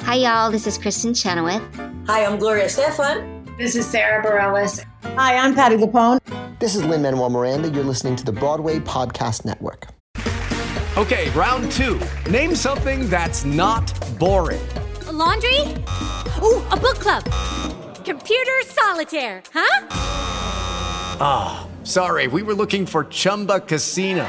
Hi, y'all. This is Kristen Chenoweth. Hi, I'm Gloria Stefan. This is Sarah Bareilles. Hi, I'm Patty Lapone. This is Lynn Manuel Miranda. You're listening to the Broadway Podcast Network. Okay, round two. Name something that's not boring. A laundry? Ooh, a book club. Computer solitaire, huh? Ah, sorry. We were looking for Chumba Casino.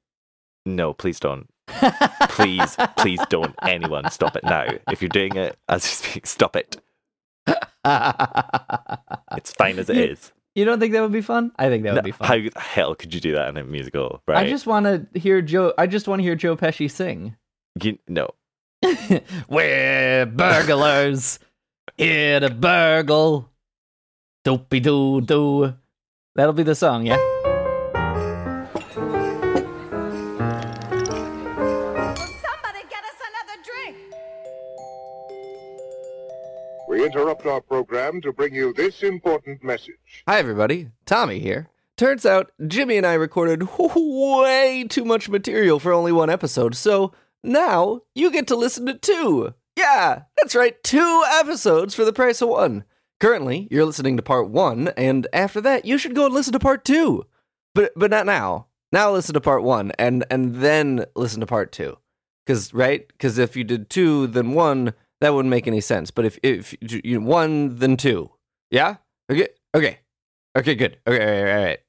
No, please don't. Please, please don't. Anyone stop it now. If you're doing it as you speak, stop it. It's fine as it You- is. You don't think that would be fun? I think that would No, be fun. How the hell could you do that in a musical, right? I just want to hear Joe. I just want to hear Joe Pesci sing. You- no. We're burglars here to burgle. Doopy doo doo. That'll be the song, yeah. Somebody get us another drink. We interrupt our program to bring you this important message. Hi, everybody. Tommy here. Turns out Jimmy and I recorded way too much material for only one episode, so now you get to listen to two. Yeah, that's right, two episodes for the price of one. Currently, you're listening to part one, and after that, you should go and listen to part two. But but not now. Now listen to part one, and and then listen to part two. Cause right, cause if you did two, then one, that wouldn't make any sense. But if if you- you one, then two. Yeah. Okay. Okay. Okay, good. Okay, all right, all right.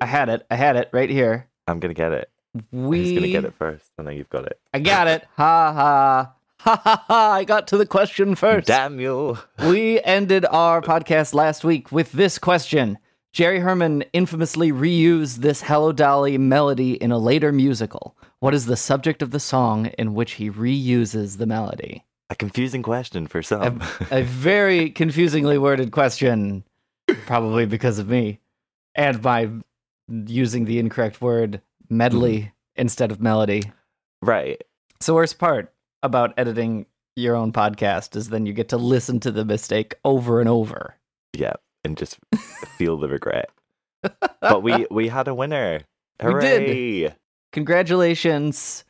I had it. I had it right here. I'm gonna get it. We. He's gonna get it first, and then you've got it. I got it. Ha ha. Ha ha ha. I got to the question first. Damn you! we ended our podcast last week with this question. Jerry Herman infamously reused this Hello Dolly melody in a later musical. What is the subject of the song in which he reuses the melody? A confusing question for A, some. a very confusingly worded question, probably because of me and my using the incorrect word medley Mm-hmm. instead of melody. right. It's the worst part about editing your own podcast is then you get to listen to the mistake over and over. Yeah, and just feel the regret. But we we had a winner. We did. Hooray! Congratulations,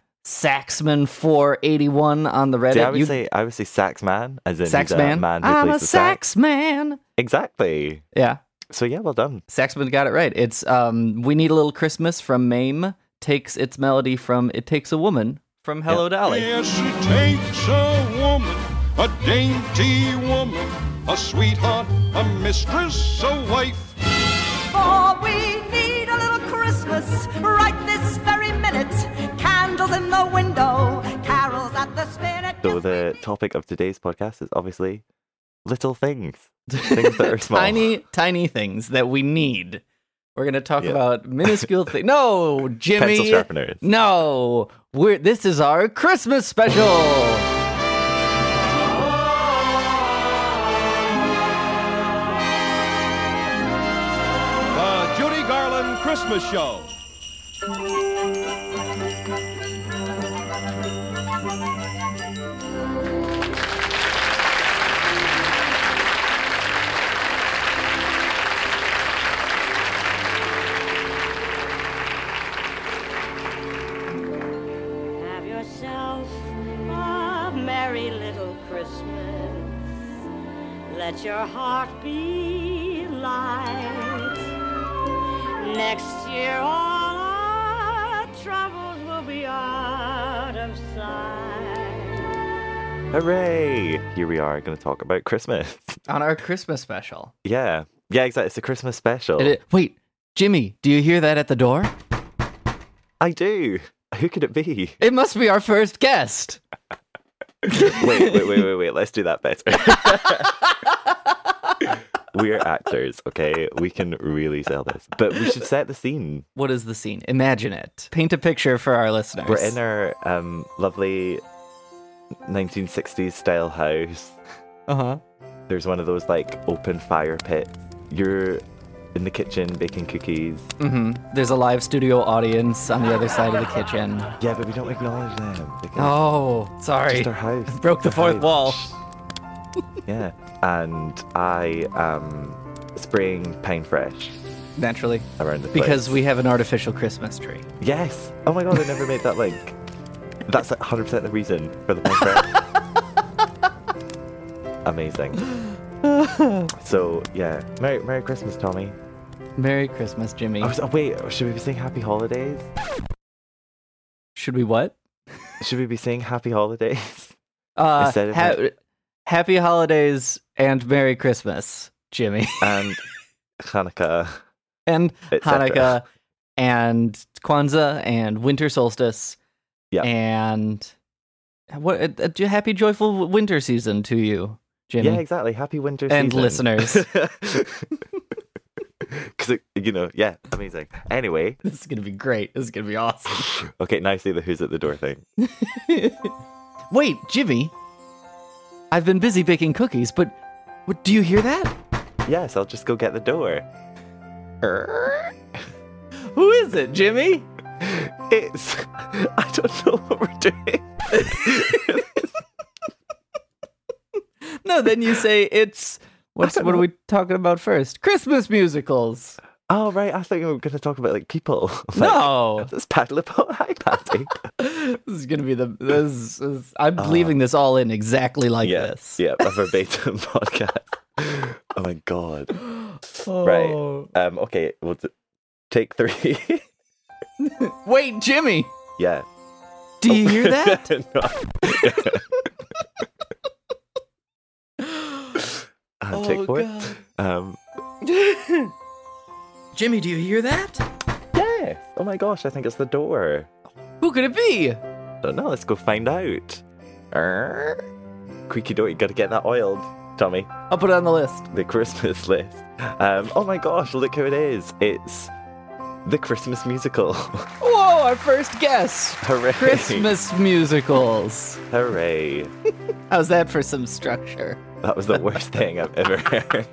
Saxman481 on the Reddit. See, I would You- say I would say sax man as in he's sax a man. man who I'm a plays the sax. sax man. Exactly. Yeah, So yeah, well done. Saxman got it right. It's um, "We Need a Little Christmas" from Mame takes its melody from "It Takes a Woman" from Hello Dolly. it takes a woman, a dainty woman, a sweetheart, a mistress, a wife. For we need a little Christmas right this very minute. Candles in the window, carols at the spirit. So the topic of today's podcast is obviously little things, things that are small. Tiny, tiny things that we need. We're gonna talk Yeah. about minuscule things. No, Jimmy. pencil sharpeners. No, we're this is our Christmas special. The Judy Garland Christmas Show. Have yourself a merry little Christmas. Let your heart be light. Next year, all our troubles will be out of sight. Hooray! Here we are going to talk about Christmas. on our Christmas special. yeah. Yeah, exactly. It's a Christmas special. It- wait, Jimmy, do you hear that at the door? I do. Who could it be? It must be our first guest. Wait, wait, wait, wait, wait. Let's do that better. We're actors, okay? We can really sell this. But we should set the scene. What is the scene? Imagine it. Paint a picture for our listeners. We're in our um, lovely 1960s style house. Uh Uh-huh. huh. There's one of those like open fire pits. You're in the kitchen baking cookies. hmm There's a live studio audience on the other side of the kitchen. Yeah, but we don't acknowledge them. because Oh, it's sorry. Just our house. Broke the Our fourth house. wall. Yeah. And I am spraying Pine Fresh Naturally. around the place. Because we have an artificial Christmas tree. Yes. Oh my god, I never made that link. That's like 100% the reason for the podcast. Amazing. so, yeah. Merry, Merry Christmas, Tommy. Merry Christmas, Jimmy. I was, oh, wait, should we be saying Happy Holidays? Should we what? Should we be saying Happy Holidays? Uh, Instead of ha- happy holidays and Merry Christmas, Jimmy. And Hanukkah. and Et cetera. Hanukkah and Kwanzaa and winter solstice. Yeah. And what a, a happy joyful winter season to you, Jimmy. Yeah, exactly. Happy winter And season. listeners. Because, you know, yeah, amazing. Anyway, This is going to be great. This is going to be awesome. okay, now I see the who's at the door thing. Wait, Jimmy. I've been busy baking cookies, but what, do you hear that? Yes, I'll just go get the door. Who is it, Jimmy? It's. I don't know what we're doing. No, then you say it's what's don't what are know. we talking about first? Christmas musicals. Oh, right. I thought you were going to talk about like people. Like, no. Let's paddle about. Hi, Patty. This is gonna be the this is, I'm leaving this all in exactly like yes. this. Yeah, a verbatim podcast. Oh my god. Oh. Right. Um. Okay. We'll d- take three. Wait, Jimmy, yeah. do you hear that? No. And Uh, Oh, take four. Um. Jimmy, do you hear that? Yes. Oh my gosh. I think it's the door. Who could it be? Don't know. Let's go find out. Err. Creaky door. You got to get that oiled, Tommy. I'll put it on the list. The Christmas list. Um, oh my gosh! Look who it is. It's the Christmas musical. Whoa, our first guest. Hooray! Christmas musicals. Hooray! How's that for some structure? That was the worst thing I've ever heard.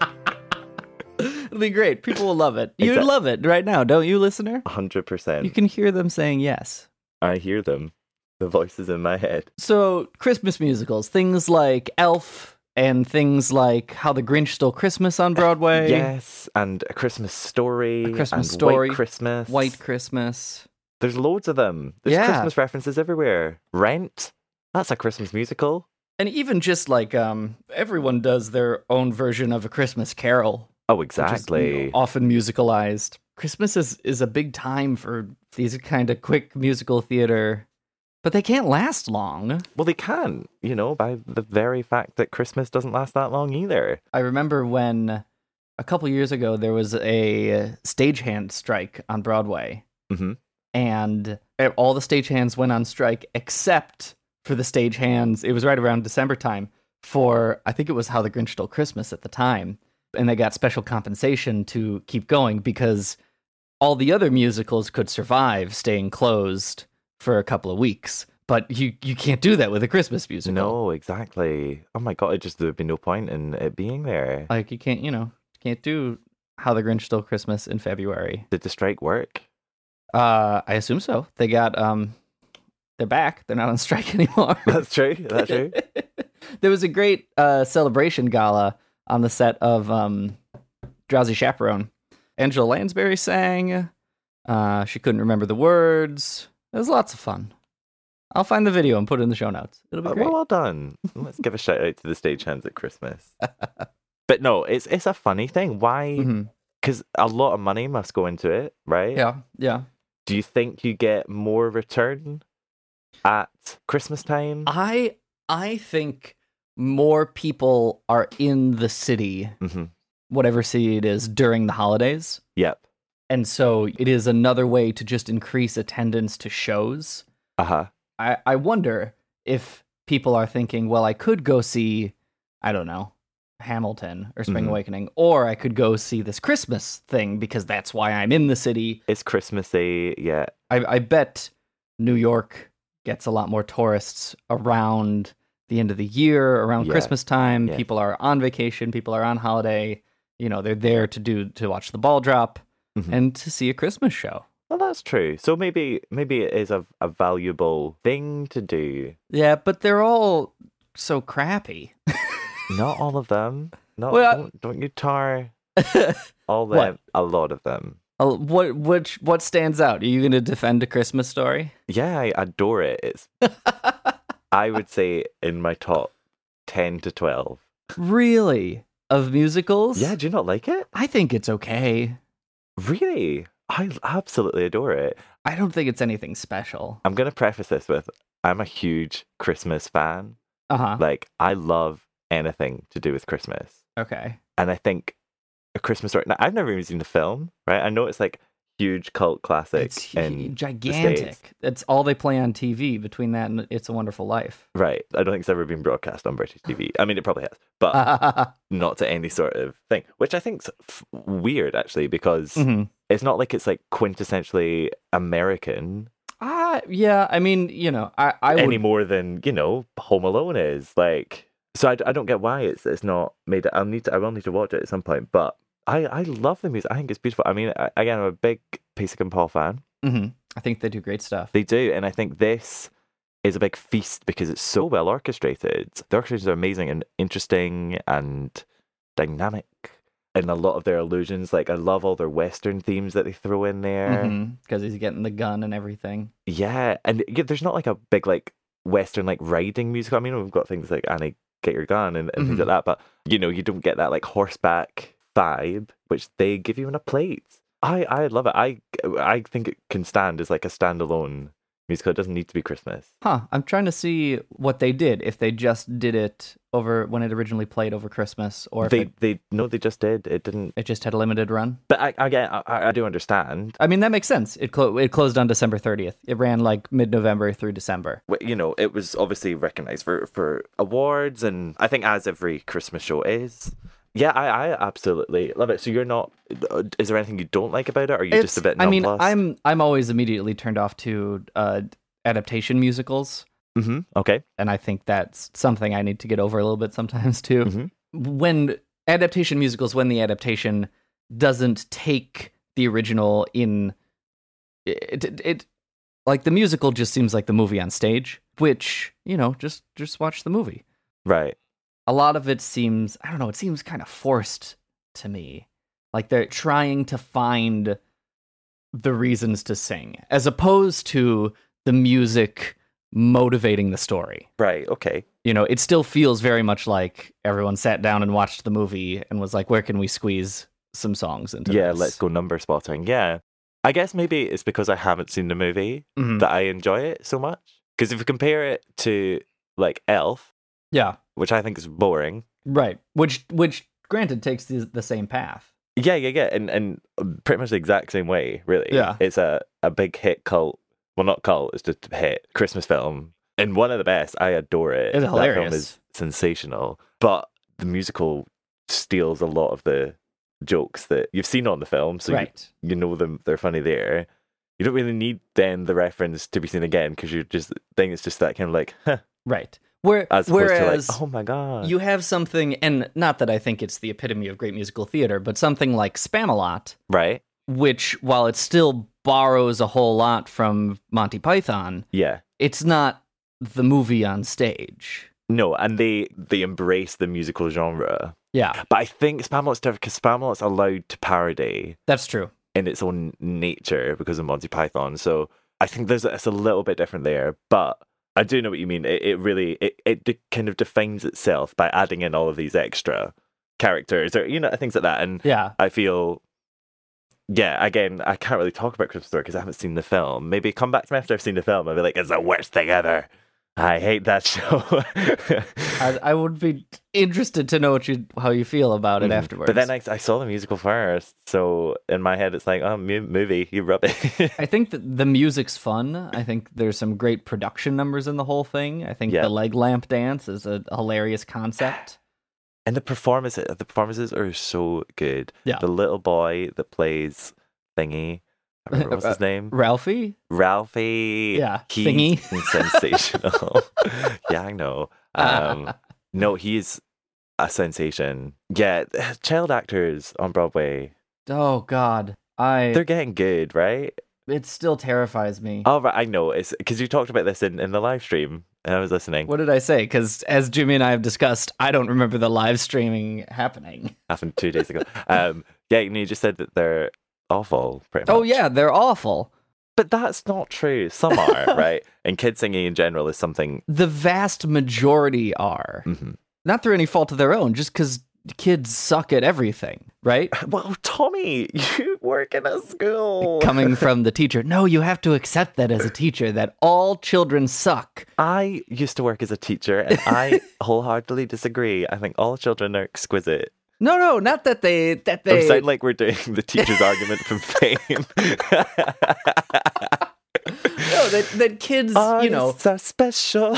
It'll be great. People will love it. You'd Exact- love it right now, don't you, listener? Hundred You percent. can hear them saying yes. I hear them. The voices in my head. So, Christmas musicals, things like Elf and things like How the Grinch Stole Christmas on Broadway, Yes, and a Christmas story. A Christmas and Story, White Christmas. White Christmas. There's loads of them. There's Yeah. Christmas references everywhere. Rent. That's a Christmas musical. And even just like um, everyone does their own version of a Christmas carol, Oh, which is, you know, exactly. often musicalized. Christmas is, is a big time for these kind of quick musical theater, but they can't last long. Well, they can, you know, by the very fact that Christmas doesn't last that long either. I remember when a couple years ago there was a uh, stagehand strike on Broadway, Mhm. and e, all the stagehands went on strike except for the stagehands. It was right around December time for I think it was How the Grinch Stole Christmas at the time, and they got special compensation to keep going because all the other musicals could survive staying closed for a couple of weeks. But you you can't do that with a Christmas musical. No, exactly. Oh my god, it just there would be no point in it being there. Like you can't, you know, can't do How the Grinch Stole Christmas in February. Did the strike work? Uh, I assume so. They got um, they're back. They're not on strike anymore. That's true. That's true. there was a great uh, celebration gala on the set of um, Drowsy Chaperone. Angela Lansbury sang. Uh, she couldn't remember the words. It was lots of fun. I'll find the video and put it in the show notes. It'll be Uh, great. well, well done. Let's give a shout out to the stagehands at Christmas. but no, it's it's a funny thing. Why? Mhm. Because a lot of money must go into it, right? Yeah, yeah. Do you think you get more return at Christmas time? I I think more people are in the city, mm-hmm. whatever city it is, during the holidays. Yep. And so it is another way to just increase attendance to shows. Uh huh. I, I wonder if people are thinking, well, I could go see, I don't know, Hamilton or Spring Mhm. Awakening, or I could go see this Christmas thing because that's why I'm in the city. It's Christmassy. Yeah. I, I bet New York gets a lot more tourists around the end of the year, around Yeah. Christmas time. Yeah. People are on vacation, people are on holiday. You know, they're there to do to watch the ball drop Mhm. and to see a Christmas show. Well, that's true. So maybe maybe it is a, a valuable thing to do. Yeah, but they're all so crappy. Not all of them. Not Well, I- don't, don't you tar all them. What? A lot of them. Uh, What which what stands out? Are you going to defend a Christmas story? Yeah, I adore it. It's I would say in my top ten to twelve. Really? Of musicals? Yeah, do you not like it? I think it's okay. Really? I absolutely adore it. I don't think it's anything special. I'm gonna preface this with I'm a huge Christmas fan. Uh-huh. Like I love anything to do with Christmas. Okay. and I think a Christmas story. Now, I've never even seen the film, right? I know it's like huge cult classic It's hu- and gigantic. That's all they play on TV between that and It's a Wonderful Life. right. I don't think it's ever been broadcast on British TV. I mean, it probably has, but Uh-huh. Ah, not to any sort of thing, which I think's f- weird actually because Mhm. it's not like it's like quintessentially American Ah, yeah. I mean, you know, I, I any would. more than you know Home Alone is. Like, so I, d- I don't get why it's it's not made. I'll need to I will need to watch it at some point, but. I, I love the music. I think it's beautiful. I mean, I, again, I'm a big Pacey and Paul fan. Mhm. I think they do great stuff. They do, and I think this is a big feast because it's so well orchestrated. The orchestrations are amazing and interesting and dynamic, and a lot of their illusions. Like I love all their Western themes that they throw in there. Because Mm-hmm. he's getting the gun and everything. Yeah, and yeah, there's not like a big like Western like riding musical. I mean, we've got things like Annie Get Your Gun and, and things like that, but you know, you don't get that like horseback vibe which they give you in a plate. I I love it. I I think it can stand as like a standalone musical. It doesn't need to be Christmas. Huh. I'm trying to see what they did. If they just did it over when it originally played over Christmas, or if they it, they no, they just did. It didn't. it just had a limited run. But I I get. I, I do understand. I mean, that makes sense. It clo- it closed on December 30th. It ran like mid November through December. Wh- You know, it was obviously recognized for for awards, and I think as every Christmas show is. Yeah, I, I absolutely love it. So you're not. Is there anything you don't like about it? Or are you just a bit? I mean, nonplussed? I'm I'm always immediately turned off to uh, adaptation musicals, Mhm, Okay. and I think that's something I need to get over a little bit sometimes too. Mhm. When adaptation musicals, when the adaptation doesn't take the original in, it, it it like the musical just seems like the movie on stage, which you know just just watch the movie. Right. a lot of it seems i don't know it seems kind of forced to me like they're trying to find the reasons to sing as opposed to the music motivating the story Right. Okay. you know it still feels very much like everyone sat down and watched the movie and was like where can we squeeze some songs into Yeah. this? Let's go number spotting. Yeah. I guess maybe it's because I haven't seen the movie Mhm. that I enjoy it so much. Because if you compare it to like Elf, yeah which I think is boring, right which which granted takes the, the same path Yeah, yeah, yeah, and and um, pretty much the exact same way, really. Yeah. it's a a big hit cult. Well, not cult. It's just a hit Christmas film, and one of the best. I adore it. It's That film hilarious. is sensational, but the musical steals a lot of the jokes that you've seen on the film, so right you, you know them. They're funny there. You don't really need then the reference to be seen again because you're just think it's just that kind of like huh, right where as opposed whereas to like oh my god you have something and not that i think it's the epitome of great musical theater but something like spamalot right which while it still borrows a whole lot from monty python yeah it's not the movie on stage no and they they embrace the musical genre yeah But I think Spamalot's different because Spamalot's allowed to parody that's true in its own nature because of Monty Python. So I think there's it's a little bit different there, but I do know what you mean. It, it really it it de- kind of defines itself by adding in all of these extra characters or you know things like that. And yeah I feel, yeah, again, I can't really talk about Christmas Story because I haven't seen the film. Maybe come back to me after I've seen the film and be like, it's the worst thing ever. I hate that show. I, I would be interested to know what you how you feel about it Mhm. afterwards. But then I, I saw the musical first, so in my head it's like, oh, mu- movie, you rubbish. I think that the music's fun. I think there's some great production numbers in the whole thing. I think Yeah. the leg lamp dance is a hilarious concept. and the performance, uh, the performances are so good. Yeah. The little boy that plays Thingy, I remember what's his name, Ralphie, Ralphie. Uh, Yeah, he's Thingy. sensational. yeah, I know. Um, no, he's a sensation. Yeah, child actors on Broadway, oh god, I they're getting good, right? it still terrifies me. All right, I know. It's because you talked about this in, in the live stream, and I was listening. What did I say? Because as Jimmy and I have discussed, I don't remember the live streaming happening. happened two days ago. um, yeah, and you just said that they're awful, pretty much. Oh yeah, they're awful. But that's not true. Some are, right? And kids singing in general is something. The vast majority are Mhm. not through any fault of their own, just because kids suck at everything, right? Well, Tommy, you work in a school. Coming from the teacher, no, you have to accept that as a teacher that all children suck. I used to work as a teacher, and I wholeheartedly disagree. I think all children are exquisite. No, no, not that they that They... they. sound like we're doing the teacher's argument from fame. no, that, that kids, you know, Artists are special.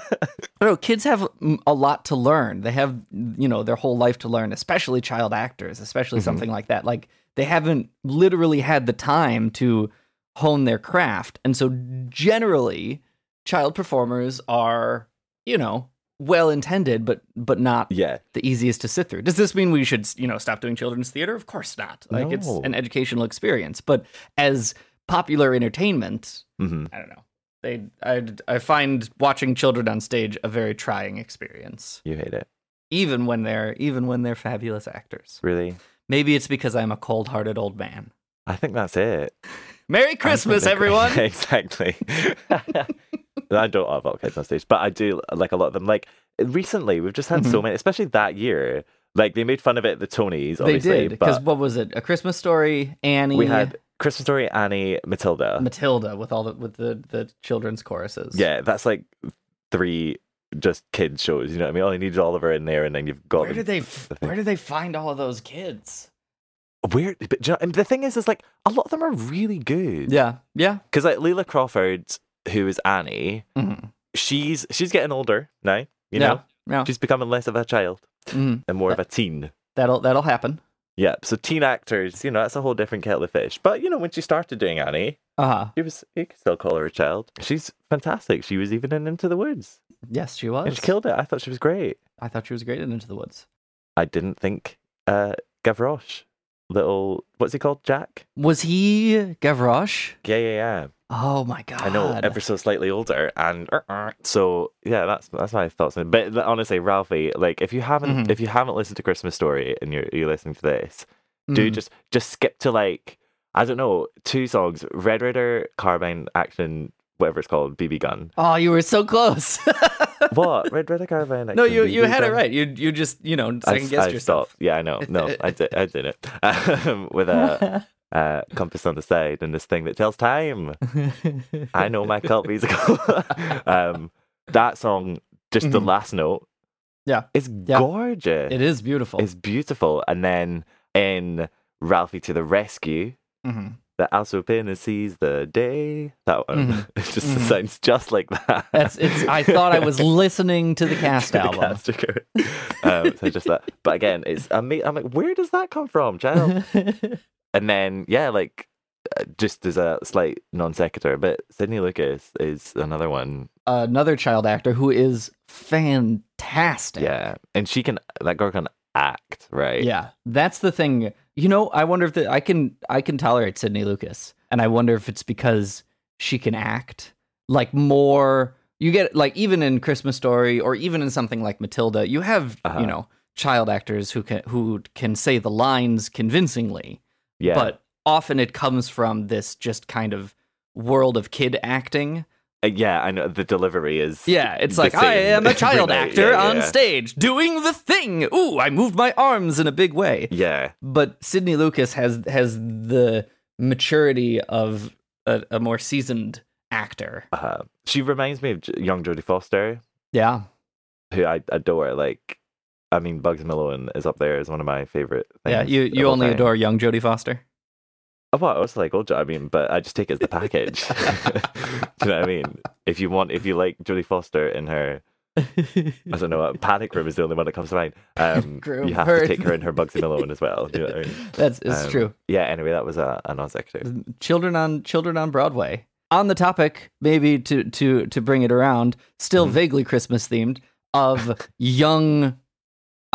no, kids have mm, a lot to learn. They have, you know, their whole life to learn, especially child actors, especially something like that. Like they haven't literally had the time to hone their craft, and so generally, child performers are, you know, well intended, but but not yeah. the easiest to sit through. Does this mean we should, you know, stop doing children's theater? Of course not. Like it's No. an educational experience, but as popular entertainment, hmm I don't know. They, I, I find watching children on stage a very trying experience, You hate it. even when they're even when they're fabulous actors. Really? Maybe it's because I'm a cold-hearted old man. I think that's it. Merry Christmas, everyone! exactly. I don't have all kids on stage, but I do like a lot of them. Like recently, we've just had so many, especially that year. Like they made fun of it at the Tonys, Mm-hmm. they obviously, did because but what was it? A Christmas Story, Annie, we had Christmas Story, Annie, Matilda. Matilda with all the with the the children's choruses. yeah, that's like three just kids shows. You know what I mean? All you need is Oliver in there, and then you've got Where them. did they f- I think. Where did they find all of those kids? Weird, but do you know, and the thing is, is like a lot of them are really good. Yeah, yeah. because like Leela Crawford, who is Annie, she's she's getting older now. You know, Mm-hmm. yeah. she's becoming less of a child. Mhm. and more of a teen. That'll that'll happen. Yeah, so teen actors, you know, that's a whole different kettle of fish. But you know, when she started doing Annie, Uh huh. she was you could still call her a child. She's fantastic. She was even in Into the Woods, Yes, she was. and she killed it. I thought she was great. I thought she was great in Into the Woods. I didn't think uh Gavroche, little what's he called, Jack? Was he Gavroche? Yeah, yeah, yeah. Oh my god! I know, ever so slightly older, and uh-uh. so yeah, that's that's my thoughts. on it. But like, honestly, Ralphie, like if you haven't Mhm. if you haven't listened to Christmas Story and you're you're listening to this, do Mm. just just skip to like I don't know two songs: Red Rider, Carbine Action, whatever it's called, BB Gun. Oh, you were so close. What Red Rider, Carbine Action? no, you you BB had it Gun? right. You you just you know I, second guessed I yourself. stopped. Yeah, I know. No, I did. I did it um, with a uh, compass on the side and this thing that tells time. I know my cult musical. um, that song, just the Mhm. last note. Yeah. it's Yeah. gorgeous. It is beautiful. It's beautiful. And then in Ralphie to the rescue, Mhm. the also Pin sees the day. That one it just Mhm. sounds just like that. That's it's. I thought I was listening to the cast To the album. cast record. um, so just that. But again, it's I'm, I'm like, where does that come from, child? and then yeah, like uh, just as a slight non sequitur, but Sydney Lucas is another one. Another child actor who is fantastic. Yeah, and she can that girl can act right. Yeah, that's the thing. You know, I wonder if the, I can I can tolerate Sydney Lucas, and I wonder if it's because she can act like more. You get like even in Christmas Story or even in something like Matilda, you have Uh-huh. you know child actors who can who can say the lines convincingly, yeah. but often it comes from this just kind of world of kid acting. Uh, yeah, I know the delivery is. Yeah, it's the like I same am a every child night. actor Yeah, on yeah. stage doing the thing. Ooh, I moved my arms in a big way Yeah, but Sidney Lucas has has the maturity of a, a more seasoned actor. Uh, she reminds me of J- young Jodie Foster, Yeah. who I adore. Like, I mean, Bugs Malone is up there as one of my favorite. Things Yeah, you, of you all only time. adore young Jodie Foster. Oh, Well, I also like old Jodie. I mean, but I just take it as the package. Do you know what I mean? If you want, if you like Jodie Foster in her, I don't know, Panic Room is the only one that comes to mind. Um, Groom. you have Her- to take her in her Bugsy Malone as well. Do you know what I mean? That's it's Um, true. Yeah. Anyway, that was a, a non sequitur. Children on Children on Broadway. On the topic, maybe to to to bring it around, still vaguely Christmas themed of young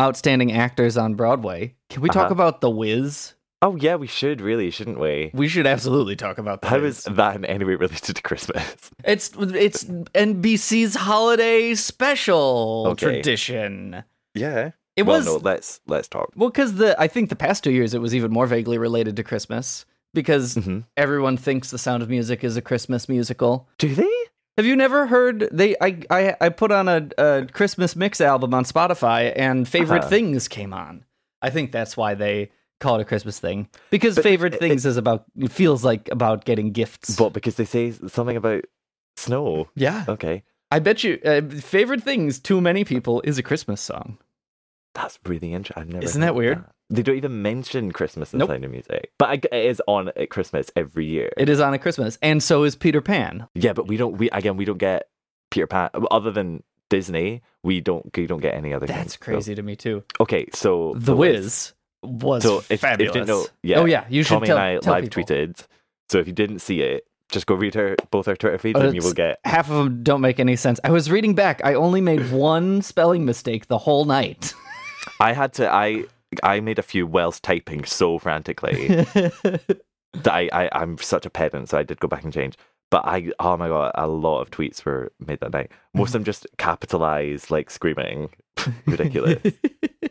outstanding actors on Broadway. Can we talk Uh-huh. about The Wiz? Oh yeah, we should really, shouldn't we? We should absolutely talk about The How Wiz. is that in any way related to Christmas? It's it's NBC's holiday special Okay. tradition. Yeah. It well, was no. Let's let's talk. well because the I think the past two years it was even more vaguely related to Christmas because Mhm. everyone thinks The Sound of Music is a Christmas musical. Do they? Have you never heard they? I I, I put on a, a Christmas mix album on Spotify and favorite Uh-huh. things came on. I think that's why they call it a Christmas thing because But favorite it- things is about it feels like about getting gifts. What? Because they say something about snow. yeah, Okay, I bet you uh, favorite things to many people is a Christmas song. that's really interesting. I've never. Isn't heard that weird? They don't even mention Christmas in Nope. Sound of Music, but I g it is on at Christmas every year. It is on a Christmas, and so is Peter Pan. yeah, but we don't. We again, we don't get Peter Pan other than Disney. We don't. We don't get any other. things. That's So- crazy to me too. okay, so The Wiz was So if, if you fabulous. didn't know, yeah, Oh yeah, you should Tommy tell, and I tell live people. tweeted. So if you didn't see it, just go read her both our Twitter feeds, Oh, and you it's- will get. half of them don't make any sense. I was reading back. I only made one spelling mistake the whole night. I had to. I I made a few whilst typing so frantically. that I, I I'm such a pedant, so I did go back and change. But I oh my god, a lot of tweets were made that night. Mm-hmm. Most of them just capitalized like screaming, ridiculous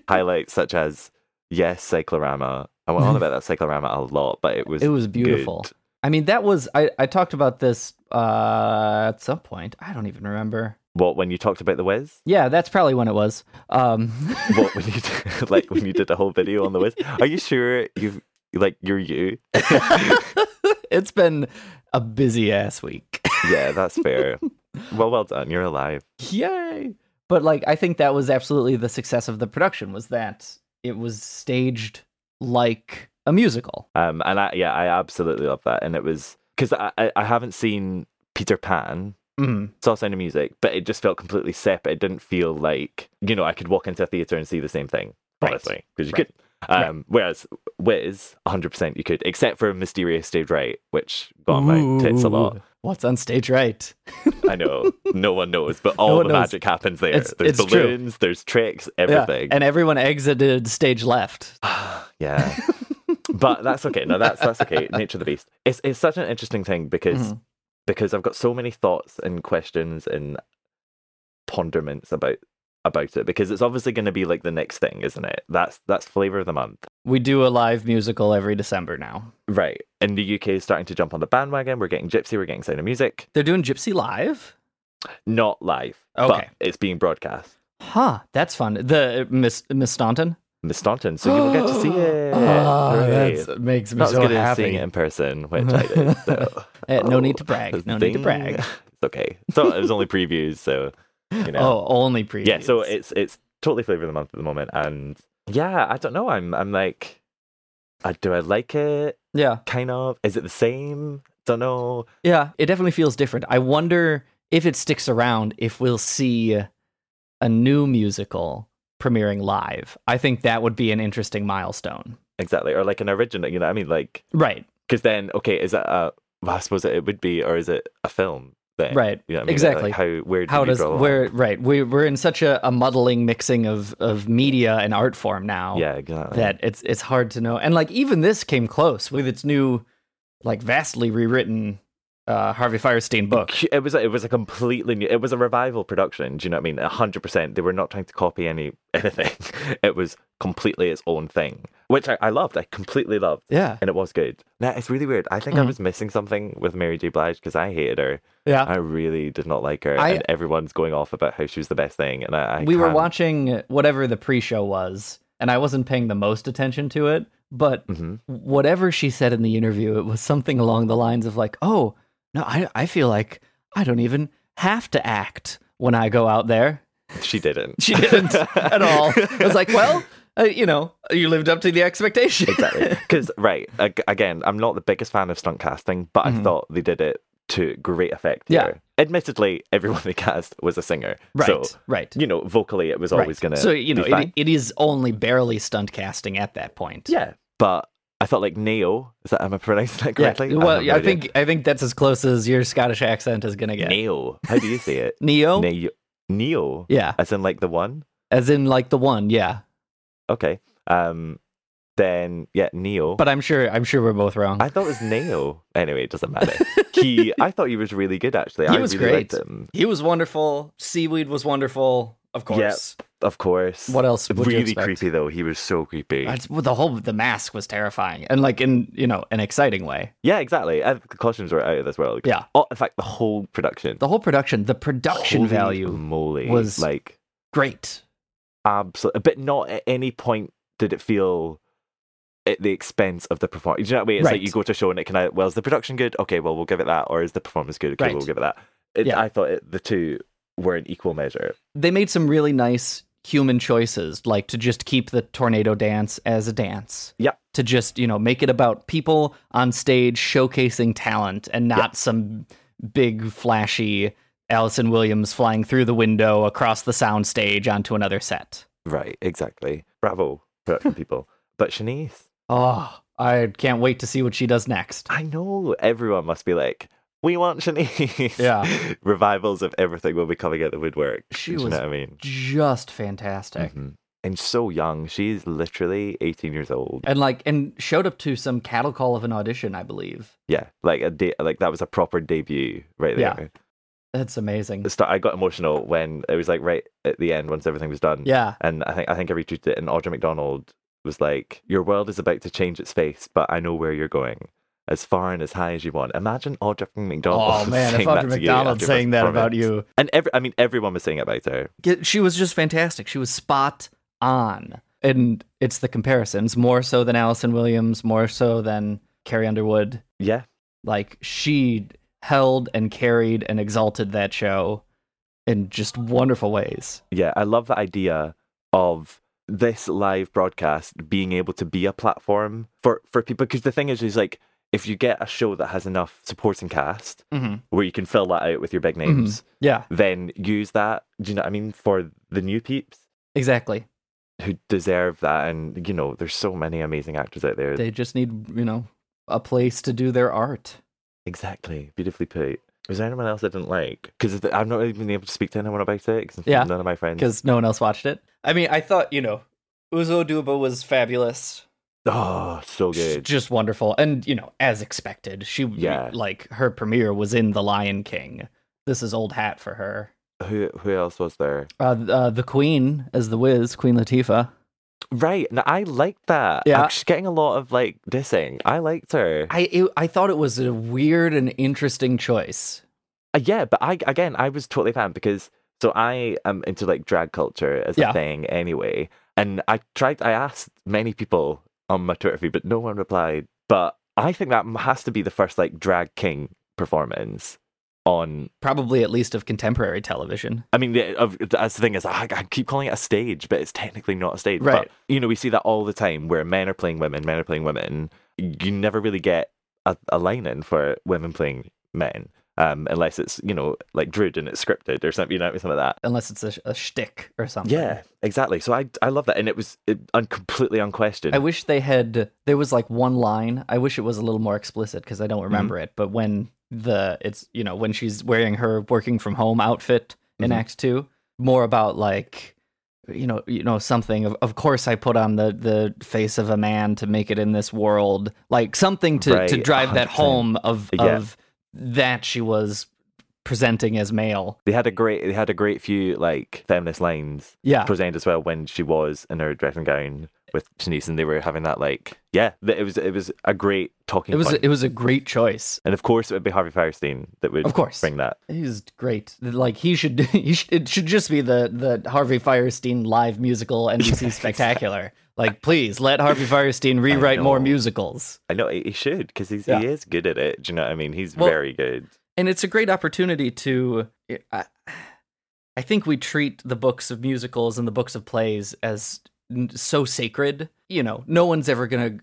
highlights such as yes, cyclorama. I went on about that cyclorama a lot, but it was It was beautiful. good. I mean, that was I. I talked about this uh, at some point. I don't even remember. What when you talked about the Wiz? Yeah, that's probably when it was. Um, What when you did, like when you did a whole video on the Wiz? Are you sure you've like you're you? it's been a busy ass week. Yeah, that's fair. well, well done. You're alive. Yay! But like, I think that was absolutely the success of the production was that it was staged like a musical. Um, and I, yeah, I absolutely love that. And it was because I, I, I haven't seen Peter Pan, Mm. Saw Sound of Music, but it just felt completely separate. It didn't feel like, you know, I could walk into a theater and see the same thing, Right. honestly, because you Right. could. Um, Whereas Wiz, 100% you could, except for Mysterious Stage Right, which got my tits a lot. Ooh, What's on stage right? I know no one knows, but all one the knows. magic happens there. It's- there's it's true. balloons, there's tricks, Yeah, everything. And everyone exited stage left. Yeah. but that's okay. No, that's that's okay. Nature of the beast. It's it's such an interesting thing because because I've got so many thoughts and questions and ponderments about about it because it's obviously going to be like the next thing, isn't it? That's that's flavor of the month. We do a live musical every December now. Right. And the UK is starting to jump on the bandwagon. We're getting Gypsy, we're getting Sound of Music. They're doing Gypsy Live? Not live. Okay. But it's being broadcast. Huh, that's fun. The uh, Miss Miss Staunton? Miss Staunton, so you will get to see it. Oh, Hooray. that makes me Not so as good as seeing happy. it in person, which I did. So. Eh, no need to brag. No need to Zing. brag. It's okay. So it was only previews, so you know. Oh, only previews. yeah, so it's it's totally flavor of the month at the moment, and yeah, I don't know. I'm I'm like, I, do I like it? Yeah. Kind of. Is it the same? Don't know. Yeah, it definitely feels different. I wonder if it sticks around, if we'll see a new musical premiering live. I think that would be an interesting milestone. Exactly, or like an original. You know, what I mean, like, Right. because then okay, is that a? Well, I suppose it would be, or is it a film? Then Right, You know what I mean? exactly. Like, how where do how you does draw the we're line? right we, we're in such a, a muddling mixing of of media and art form now Yeah, exactly. that it's it's hard to know and like even this came close with its new like vastly rewritten uh harvey firestein book It was it was a completely new. It was a revival production. Do you know what I mean? hundred percent. They were not trying to copy any anything. It was completely its own thing, which I, I loved. I completely loved, yeah Mm-hmm. and it was good. Now it's really weird. I think I was missing something with Mary J. Blige because I hated her. yeah I really did not like her, I- and everyone's going off about how she was the best thing. And I, I we were can't- watching whatever the pre-show was and i wasn't paying the most attention to it but Mhm. whatever she said in the interview it was something along the lines of like oh No, I, I feel like I don't even have to act when I go out there. She didn't. She didn't at all. I was like, well, uh, you know, you lived up to the expectation. exactly. Because right ag- again, I'm not the biggest fan of stunt casting, but I thought they did it to great effect. Mm-hmm. Yeah. here. Admittedly, everyone they cast was a singer, so Right, right. you know, vocally it was always Right. gonna. So you know, be fine. it, it is only barely stunt casting at that point. yeah. But I thought like Neo. Is that am I pronouncing that Yeah. correctly? Well, have yeah, no I idea. think I think that's as close as your Scottish accent is gonna get. Neo. How do you say it? Neo, Neo. Neo. Yeah. As in like the one. as in like the one, yeah. Okay. Um. Then yeah, Neo. But I'm sure I'm sure we're both wrong. I thought it was Neo. Anyway, it doesn't matter. He, I thought he was really good actually. He I was really liked great. him. he was wonderful. Seaweed was wonderful, of course. Of course. What else would you really expect? creepy though. He was so creepy. That's- well, the whole the mask was terrifying, and like in you know an exciting way. Yeah, exactly. I, the costumes were out of this world. Yeah. Oh, in fact, the whole production. The whole production, the production Holy value, moly was- like great. absolute. But not at any point did it feel at the expense of the performance. Do you know what I mean? It's Right. like you go to a show and it can. Well, is the production good? Okay, well we'll give it that. Or is the performance good? Okay, Right. we'll give it that. It, Yeah. I thought it, the two were in equal measure. They made some really nice human choices, like to just keep the tornado dance as a dance. Yep. To just you know make it about people on stage showcasing talent and not some big flashy Allison Williams flying through the window across the sound stage onto another set. Right. Exactly. Bravo, production people. But Shanice. Oh, I can't wait to see what she does next. I know everyone must be like, we want Shanice. Yeah. Revivals of everything will be coming out the woodwork. She Do you was know what I mean? Just fantastic. Mhm. And so young. She's literally 18 years old. and like and showed up to some cattle call of an audition i believe Yeah. Like a de- like that was a proper debut right Yeah. there. that's amazing The start- I got emotional when it was like right at the end once everything was done. yeah And I think I think I retweeted it and Audra McDonald was like, Your world is about to change its face, but I know where you're going. As far and as high as you want. Imagine Audra McDonald. oh man if saying audra that to you mcdonald after a saying that about you performance. And every, I mean, everyone was saying it about her. Get- she was just fantastic she was spot on and it's the comparisons more so than allison williams more so than carrie underwood Yeah, like she held and carried and exalted that show in just wonderful ways yeah. I love the idea of this live broadcast being able to be a platform for for people. Because the thing is, is like if you get a show that has enough supporting cast Mhm. where you can fill that out with your big Mm-hmm. names, yeah then use that. Do you know what I mean? For the new peeps exactly who deserve that, and you know, there's so many amazing actors out there. they just need you know a place to do their art Exactly, beautifully put. Was there anyone else I didn't like? Because I've not really been able to speak to anyone about it. Because Yeah. none of my friends. because no one else watched it. I mean, I thought you know, Uzo Duba was fabulous, Oh, so She's good. just wonderful, and you know, as expected, she Yeah. like her premiere was in The Lion King. This is old hat for her. Who who else was there? Uh, th- uh, the Queen as the Wiz, Queen Latifah. Right. Now I liked that. Yeah. Like, she's getting a lot of like dissing. I liked her. I it, I thought it was a weird and interesting choice. Uh, yeah, but I again I was totally fan because so I am into like drag culture as Yeah. a thing anyway. And I tried I asked many people on my Twitter feed, but no one replied. But I think that has to be the first like drag king performance on Probably at least of contemporary television. I mean, the, of, that's the thing is, I, I keep calling it a stage, but it's technically not a stage. Right. But, you know, we see that all the time where men are playing women, men are playing women. You never really get a, a line in for women playing men, um, unless it's, you know, like Druid and it's scripted or something, you know, something like that. Unless it's a, sh- a shtick or something. Yeah, exactly. So I, I love that. And it was it, un, completely unquestioned. I wish they had. There was like one line. I wish it was a little more explicit because I don't Mm-hmm. remember it. But when the it's you know when she's wearing her working from home outfit in Mhm. Act Two, more about like you know you know something of of course I put on the the face of a man to make it in this world like something to to Right, drive that 100%. home of Yeah. of that she was presenting as male. they had a great they had a great few like feminist lines Yeah. presented as well when she was in her dressing gown with Shanice and they were having that like yeah th- it was it was a great talking It was point. it was a great choice. and of course it would be Harvey Firestein that would Of course. bring that He's great. Like he should, he should. It should just be the the Harvey Firestein live musical NBC spectacular. Like, please let Harvey Firestein rewrite more know. musicals. I know he he should because he's Yeah. he is good at it do you know what I mean he's Well- very good and it's a great opportunity to eh, I, I think we treat the books of musicals and the books of plays as n- so sacred you know no one's ever gonna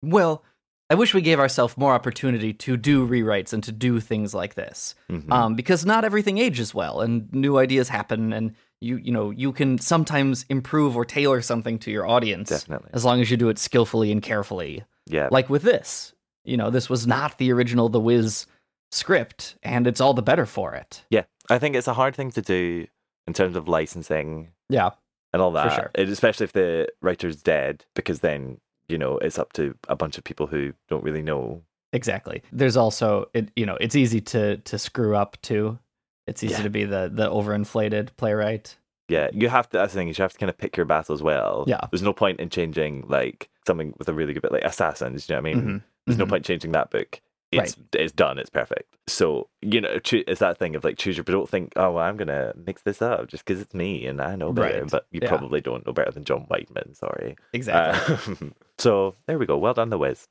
well i wish we gave ourselves more opportunity to do rewrites and to do things like this um, because not everything ages well and new ideas happen and you you know you can sometimes improve or tailor something to your audience Definitely. as long as you do it skillfully and carefully Yeah. like with this. You know, this was not the original The Wiz script, and it's all the better for it. Yeah, I think it's a hard thing to do in terms of licensing Yeah. and all For that, sure. and especially if the writer's dead, because then you know it's up to a bunch of people who don't really know. Exactly. There's also it you know, it's easy to to screw up too. It's easy Yeah. to be the the overinflated playwright. Yeah, you have to. That's the thing. is You have to kind of pick your battles well. Yeah. there's no point in changing like something with a really good bit, like Assassins. You know what I mean? Mhm. There's Mhm. no point changing that book. It's it's done. It's perfect. So you know, choo- it's that thing of like choose your. But don't think, oh, well, I'm gonna mix this up just because it's me and I know better. Right. But you Yeah. probably don't know better than John Whiteman. Sorry. Exactly. Um, so there we go. Well done, The Wiz.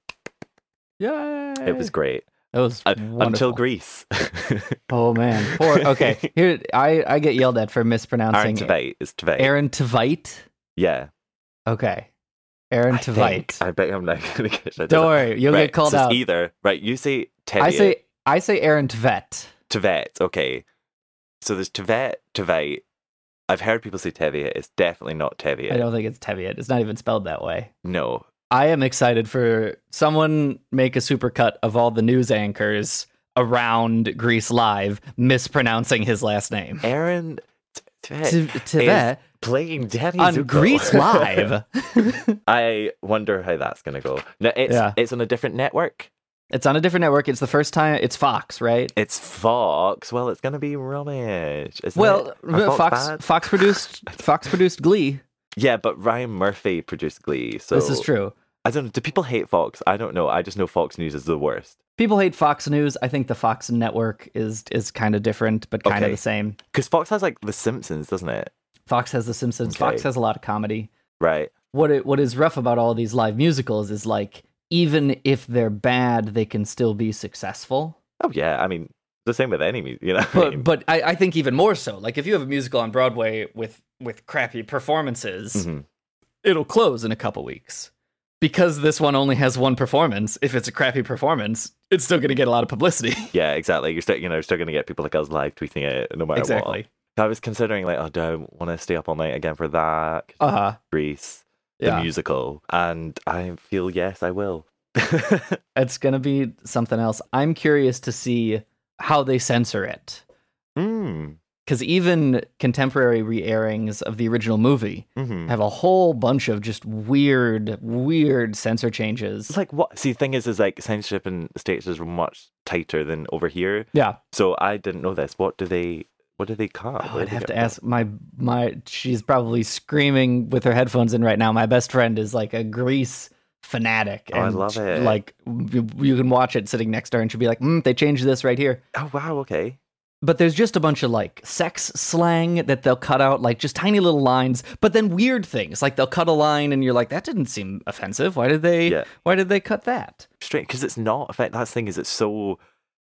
yeah. It was great. It was Uh, wonderful. until Greece. Oh man. Poor okay. Here I I get yelled at for Aaron mispronouncing Tveit is Tveit. Aaron Tveit. Yeah. Okay. Aaron I think- Tveit. I bet I'm not going to get that. Don't worry, you'll get called out. Either. Right. You say Tevye. I say I say Aaron Tvet. Tveit. Okay. So there's Tveit, Tveit. I've heard people say Tevye. It's definitely not Tevye. I don't think it's Teviot. It's not even spelled that way. No. I am excited for someone make a supercut of all the news anchors around Greece Live mispronouncing his last name. Aaron T- T- Tveit Tvet is playing Danny on Zuko. Greece Live. I wonder how that's going to go. No, it's, Yeah. it's on a different network. it's on a different network. It's the first time. It's Fox, right? It's Fox. Well, it's going to be rubbish. isn't well, it? Are Fox bad? Fox, produced Fox produced Glee. Yeah, but Ryan Murphy produced Glee. So this is true. I don't know. Do people hate Fox? I don't know. I just know Fox News is the worst. People hate Fox News. I think the Fox network is is kind of different, but kind of Okay. the same. Because Fox has like The Simpsons, doesn't it? Fox has The Simpsons. Fox Okay. has a lot of comedy. Right. what it, what is rough about all these live musicals is like even if they're bad, they can still be successful. Oh yeah. I mean, the same with any music. You know. what I mean? But but I, I think even more so. Like if you have a musical on Broadway with with crappy performances, Mhm. it'll close in a couple weeks because this one only has one performance. If it's a crappy performance, it's still going to get a lot of publicity. yeah, exactly. You're still, you know, you're still gonna get people like us live tweeting it no matter what. exactly. I was considering like, oh, do I want to stay up all night again for that? Uh huh. Greece, the Yeah, musical, and I feel yes, I will. it's going to be something else. I'm curious to see how they censor it. mm. because even contemporary re-airings of the original movie Mhm. have a whole bunch of just weird, weird censor changes. It's like what? See, the thing is, is like censorship in the states is much tighter than over here. yeah, So I didn't know this. What do they? What do they cut? oh, Where I'd do they have get to that? ask my my. She's probably screaming with her headphones in right now. My best friend is like a Grease fanatic. Oh, I and love she- it. Like you, you can watch it sitting next to her, and she'll be like, mm, "They changed this right here." Oh wow. Okay. But there's just a bunch of like sex slang that they'll cut out, like just tiny little lines, but then weird things. Like they'll cut a line and you're like, that didn't seem offensive. Why did they Yeah. why did they cut that? Straight because it's not. In fact, that's the thing is it's so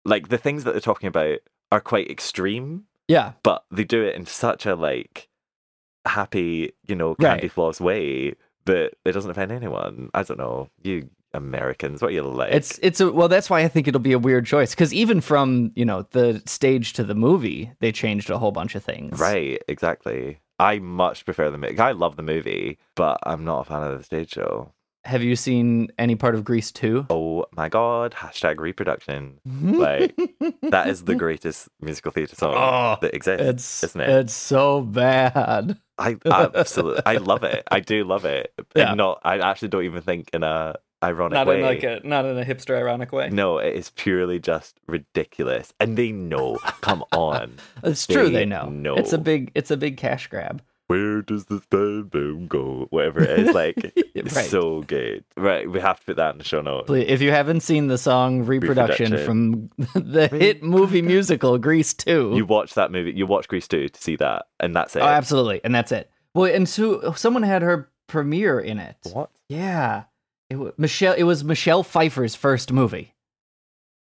like the things that they're talking about are quite extreme, Yeah. but they do it in such a like happy, you know, Right. candy floss way that it doesn't offend anyone. I don't know. You Americans, what are you like? It's it's a well, that's why I think it'll be a weird choice. Cause even from, you know, the stage to the movie, they changed a whole bunch of things. right. Exactly. I much prefer the movie. I love the movie, but I'm not a fan of the stage show. Have you seen any part of Grease 2? oh my god hashtag reproduction like that is the greatest musical theater song Oh, that exists It's isn't it it's so bad. i absolutely i love it i do love it Yeah. and not i actually don't even think in a ironic Not way in like a not in a hipster ironic way. no it is purely just ridiculous and they know come on It's true They they know. know. It's a big it's a big cash grab. where does this bad boom go whatever it is like it's Right. so good right we have to put that in the show notes Please, if you haven't seen the song Reproduction, Reproduction. from the hit movie musical Grease 2, you watch that movie you watch grease 2 to see that and that's it oh, absolutely. And that's it. Well, and so someone had her premiere in it. what Yeah. It was Michelle it was Michelle Pfeiffer's first movie.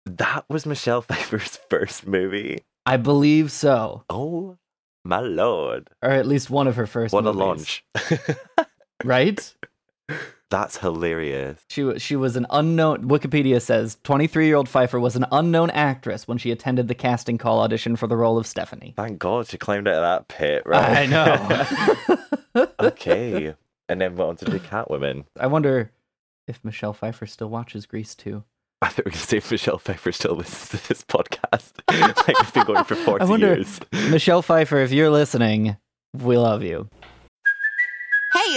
That was Michelle Pfeiffer's first movie. I believe so, Oh my lord. or at least one of her first. What a movies, launch. right? That's hilarious. She wa- she was an unknown. Wikipedia says 23 year old Pfeiffer was an unknown actress when she attended the casting call audition for the role of Stephanie. Thank God she climbed out of that pit, right? know. okay. And then went on to do Catwoman. I wonder if Michelle Pfeiffer still watches Grease too. I thought we were going to say if Michelle Pfeiffer still listens to this podcast. like, it's been going for 40 I wonder, years. Michelle Pfeiffer, if you're listening, we love you. Hey,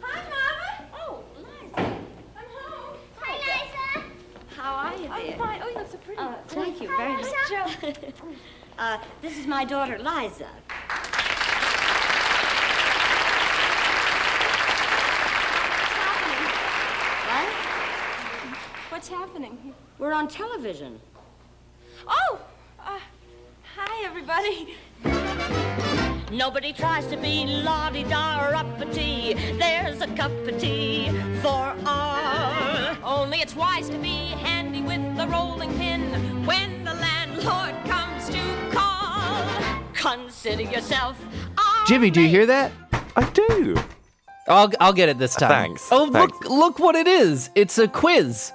Hi, Mama. Oh, Liza. I'm home. Hi, Liza. How are you, dear? I'm fine. Oh, you look so pretty. Oh, thank you very much. uh, this is my daughter, Liza. What? What's happening? We're on television. Oh, uh, hi everybody. Nobody tries to be la di da or uppity. There's a cup of tea for all. Only it's wise to be handy with the rolling pin when the landlord comes to call. Consider yourself. Jimmy, do you hear that? I do. I'll I'll get it this time. Thanks, Oh, thanks. look look what it is. It's a quiz.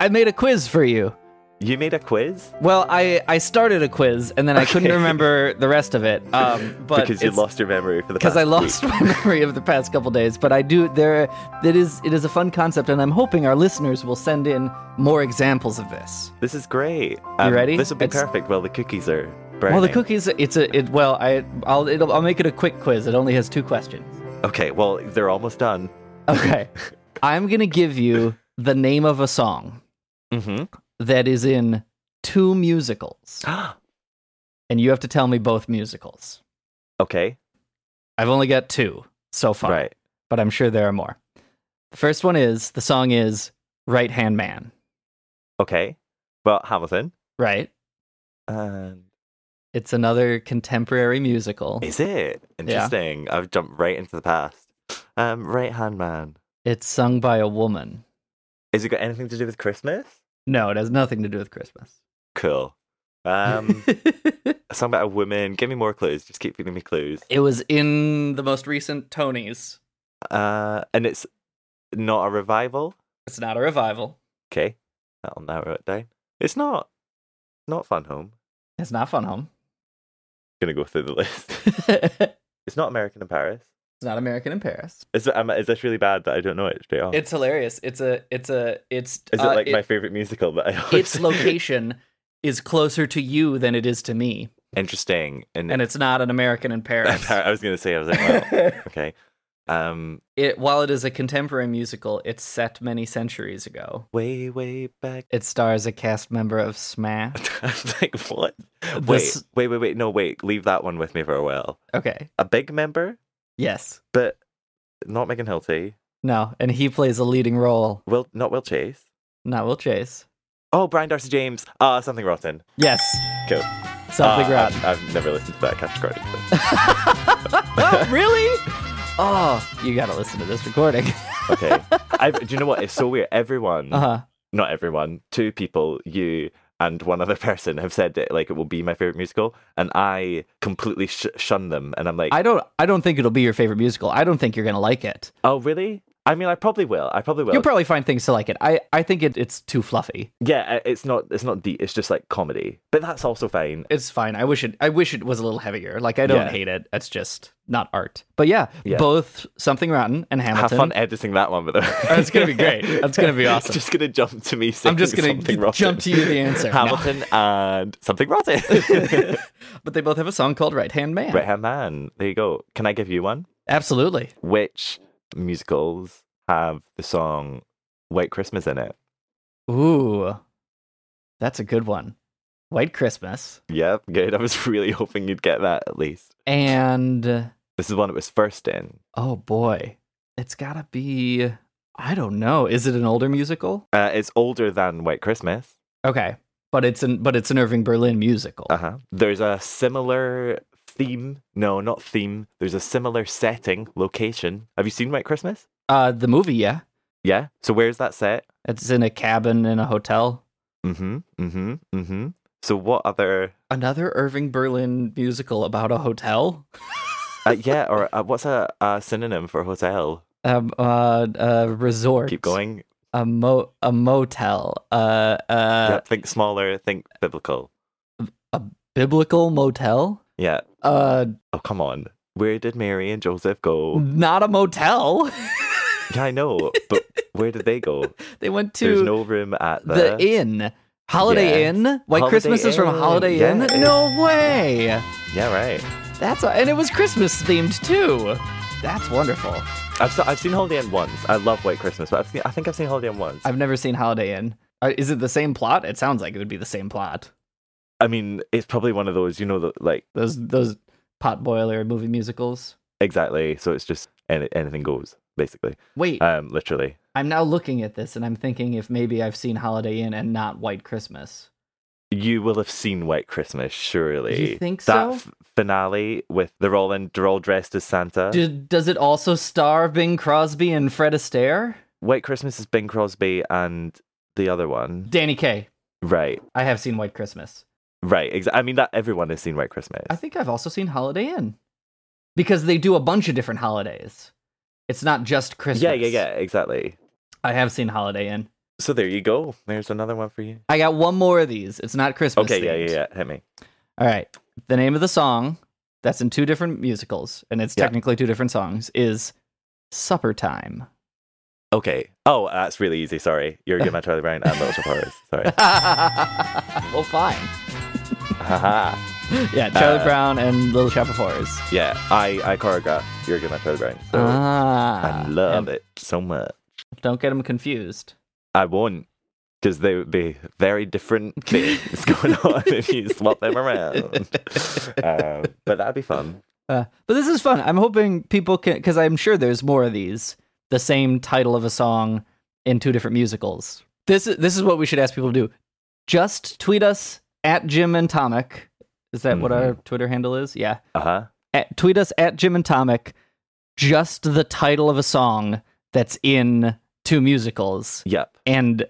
I made a quiz for you. You made a quiz? Well, I I started a quiz and then I couldn't Okay. remember the rest of it. Um, but because you it's- lost your memory for the because past I lost week. my memory of the past couple days. But I do there. It is it is a fun concept, and I'm hoping our listeners will send in more examples of this. This is great. Um, ready? This will be It's- perfect. Well, the cookies are burning. Well, the cookies. It's a it. Well, I I'll it'll, I'll make it a quick quiz. It only has two questions. Okay, well, they're almost done. Okay, I'm gonna give you the name of a song Mm-hmm. that is in two musicals, and you have to tell me both musicals. okay. I've only got two so far, Right. but I'm sure there are more. The first one is the song is Right Hand Man, Okay. Well, Hamilton. right? And It's another contemporary musical. is it interesting? I've jumped right into the past. Um, right hand man. It's sung by a woman. Has it got anything to do with Christmas? No, it has nothing to do with Christmas. Cool. Um, a song about a woman. Give me more clues. Just keep giving me clues. it was in the most recent Tonys. Uh, and it's not a revival. It's not a revival. Okay, that'll narrow it down. It's not. Not Fun Home. It's not Fun Home. Gonna go through the list. it's it's not American in Paris. not American in Paris. Is, am, is this really bad that I don't know it straight off? It's hilarious. It's a. It's a. It's. is uh, it like my it- favorite musical? But I always... its location is closer to you than it is to me, Interesting. And, and it's not an American in Paris. I was gonna say I was like, well, okay. Um, it while it is a contemporary musical, it's set many centuries ago. way way back. It stars a cast member of Smash. I'm like, what? This- Wait, wait, wait, wait. No, wait. Leave that one with me for a while. Okay. A big member, Yes. but not Megan Hilty. No, and he plays a leading role. Will not Will Chase. Not Will Chase. Oh, Brian Darcy James. Uh, something rotten. Yes. Cool. Something Uh, Rotten. I've, I've never listened to that category. but- oh, really? Oh, you gotta listen to this recording. okay. I've, do you know what? It's so weird. Everyone, Uh huh. not everyone, two people, you and one other person have said that like it will be my favorite musical, and I completely sh- shun them. And I'm like, I don't. I don't think it'll be your favorite musical. I don't think you're gonna like it. oh really? I mean, I probably will. I probably will. You'll probably find things to like it. I. I think it, it's too fluffy. yeah, I- it's not. It's not deep. It's just like comedy, but that's also fine. It's fine. I wish it. I wish it was a little heavier. Like I don't Yeah. hate it. It's just not art. But yeah, Yeah. both something rotten and Hamilton. Have fun editing that one, but it's gonna be great. That's gonna be awesome. just gonna jump to me. Saying I'm just gonna something jump rotten. to you the answer. No. Hamilton and something rotten. but they both have a song called Right Hand Man. right hand man. There you go. Can I give you one? Absolutely. Which musicals have the song "White Christmas" in it? Ooh, that's a good one. White Christmas. Yep, good. I was really hoping you'd get that at least. And uh, This is one it was first in. oh boy, it's gotta be. I don't know. Is it an older musical? Uh, it's older than White Christmas. Okay, but it's an but it's an Irving Berlin musical. Uh huh. There's a similar theme. No, not theme. There's a similar setting, location. Have you seen White Christmas? Uh, the movie, yeah, Yeah. So where's that set? it's in a cabin in a hotel. Mm hmm. Mm hmm. Mm hmm. So what other? Another Irving Berlin musical about a hotel. Uh, yeah, or uh, what's a, a synonym for hotel? Um, uh, a resort. Keep going. A mo a motel. Uh, uh, yeah, think smaller. Think biblical. biblical motel. Yeah. Uh, Mm. Oh come on. Where did Mary and Joseph go? not a motel. yeah, I know, but where did they go? they went There's to no room at the, the inn. Holiday Yes. Inn. White Holiday Christmas is from Inn, Holiday yes. Inn. No way. Yeah, right. That's a, and it was Christmas themed too. That's wonderful. I've se- I've seen Holiday Inn once. I love White Christmas, but I've seen, I think I've seen Holiday Inn once. I've never seen Holiday Inn. Uh, Is it the same plot? It sounds like it would be the same plot. I mean, it's probably one of those, you know, the, like Those those potboiler movie musicals. exactly. So it's just any, anything goes, basically. Wait, Um, literally. I'm now looking at this and I'm thinking if maybe I've seen Holiday Inn and not White Christmas. You will have seen White Christmas, surely. You think that so? f- finale with they're all in, they're all dressed as Santa. Do- does it also star Bing Crosby and Fred Astaire? White Christmas is Bing Crosby and the other one. Danny Kaye. Right, I have seen White Christmas. right. Exa- I mean, that everyone has seen White Christmas. I think I've also seen Holiday Inn because they do a bunch of different holidays. It's not just Christmas. yeah, yeah, yeah. Exactly. I have seen Holiday Inn. So there you go. There's another one for you. I got one more of these. It's not Christmas. Okay, yeah, themed. yeah, yeah. Hit me. All right. The name of the song that's in two different musicals, and it's Yeah. technically two different songs, is Supper Time. Okay. Oh, that's really easy. Sorry, you're good, my Charlie Brown and Little Shop of Horrors. Sorry. well, fine. Haha. Yeah, Charlie Uh, Brown and Little Shop of Horrors. Yeah, I I choreograph. You're good, my Charlie Brown. So ah, I love and it so much. Don't get them confused. I won't, because they would be very different things going on if you swap them around. um, but that'd be fun. Uh, but this is fun. I'm hoping people can, because I'm sure there's more of these. The same title of a song in two different musicals. This is this is what we should ask people to do. Just tweet us at Jim and Tomic. Is that what our Twitter handle is? Yeah. Uh huh. At, tweet us at Jim and Tomic. Just the title of a song that's in two musicals, Yep. and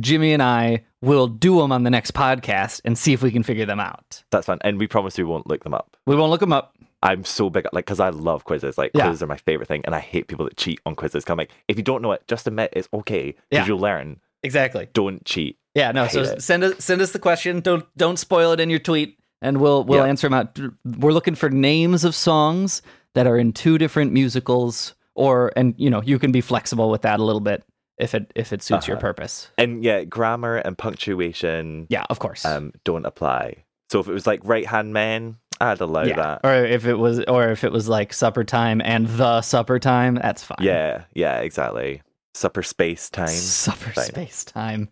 Jimmy and I will do them on the next podcast and see if we can figure them out. That's fun. And we promise we won't look them up. We won't look them up. I'm so big, like, because I love quizzes. Like, Yeah. quizzes are my favorite thing, and I hate people that cheat on quizzes. 'Cause I'm like, if you don't know it, just admit it's okay, because Yeah. you'll learn. Exactly. Don't cheat. Yeah, no. I So hate it. send us send us the question. Don't don't spoil it in your tweet, and we'll we'll Yeah. answer them out. We're looking for names of songs that are in two different musicals, or and you know you can be flexible with that a little bit if it if it suits your Uh-huh. purpose. And yeah, grammar and punctuation Yeah, of course. um, don't apply. So if it was like right hand man, I'd allow yeah, that. or if it was or if it was like supper time and the supper time, that's fine. Yeah, yeah, exactly. Supper space time. supper Fine. space time.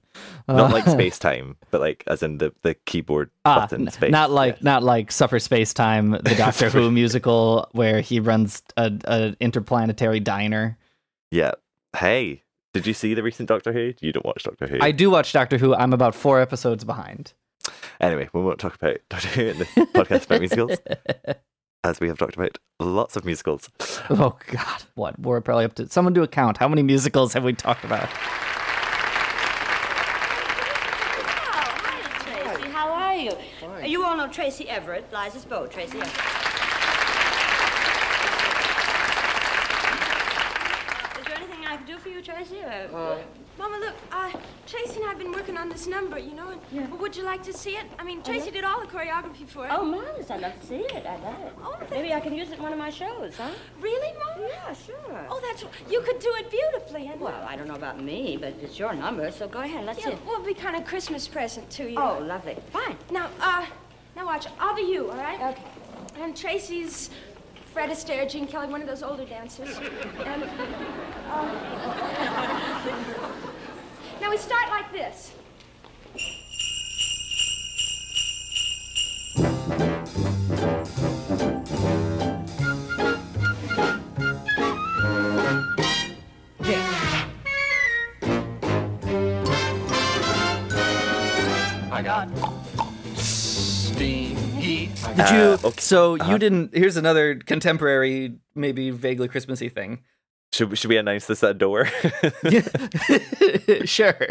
Not Uh, like space time, but like as in the, the keyboard ah, button n- space. Not like Yeah. not like supper space time, the Doctor Who musical where he runs a, a interplanetary diner. Yeah. Hey, did you see the recent Doctor Who? You don't watch Doctor Who. I do watch Doctor Who. I'm about four episodes behind. Anyway, we won't talk about Doctor Who in this podcast about musicals, as we have talked about lots of musicals. Oh God, what? We're probably up to someone do a count. How many musicals have we talked about? hi, Tracy. How are you? You all know Tracy Everett, Liza's beau, Tracy Everett. Is there anything I can do for you, Tracy? Uh, Mama, look, uh, Tracy and I have been working on this number, you know, and Yeah. would you like to see it? I mean, Tracy yeah. did all the choreography for it. Oh, marvelous. I'd love to see it. I'd love it. Oh, thank Maybe I can use it in one of my shows, huh? Really, Mama? Yeah, sure. Oh, that's, you could do it beautifully. And Well, I don't know about me, but it's your number, so go ahead. Let's see yeah, it. we'll be kind of Christmas present to you. Oh, lovely. Fine. Now, uh, now watch. I'll be you, all right? Okay. And Tracy's Fred Astaire, Gene Kelly, one of those older dancers. And, uh, now we start like this. I got steam heat. Did you? So you didn't. Here's another contemporary, maybe vaguely Christmassy thing. Should, should we announce this at door? sure.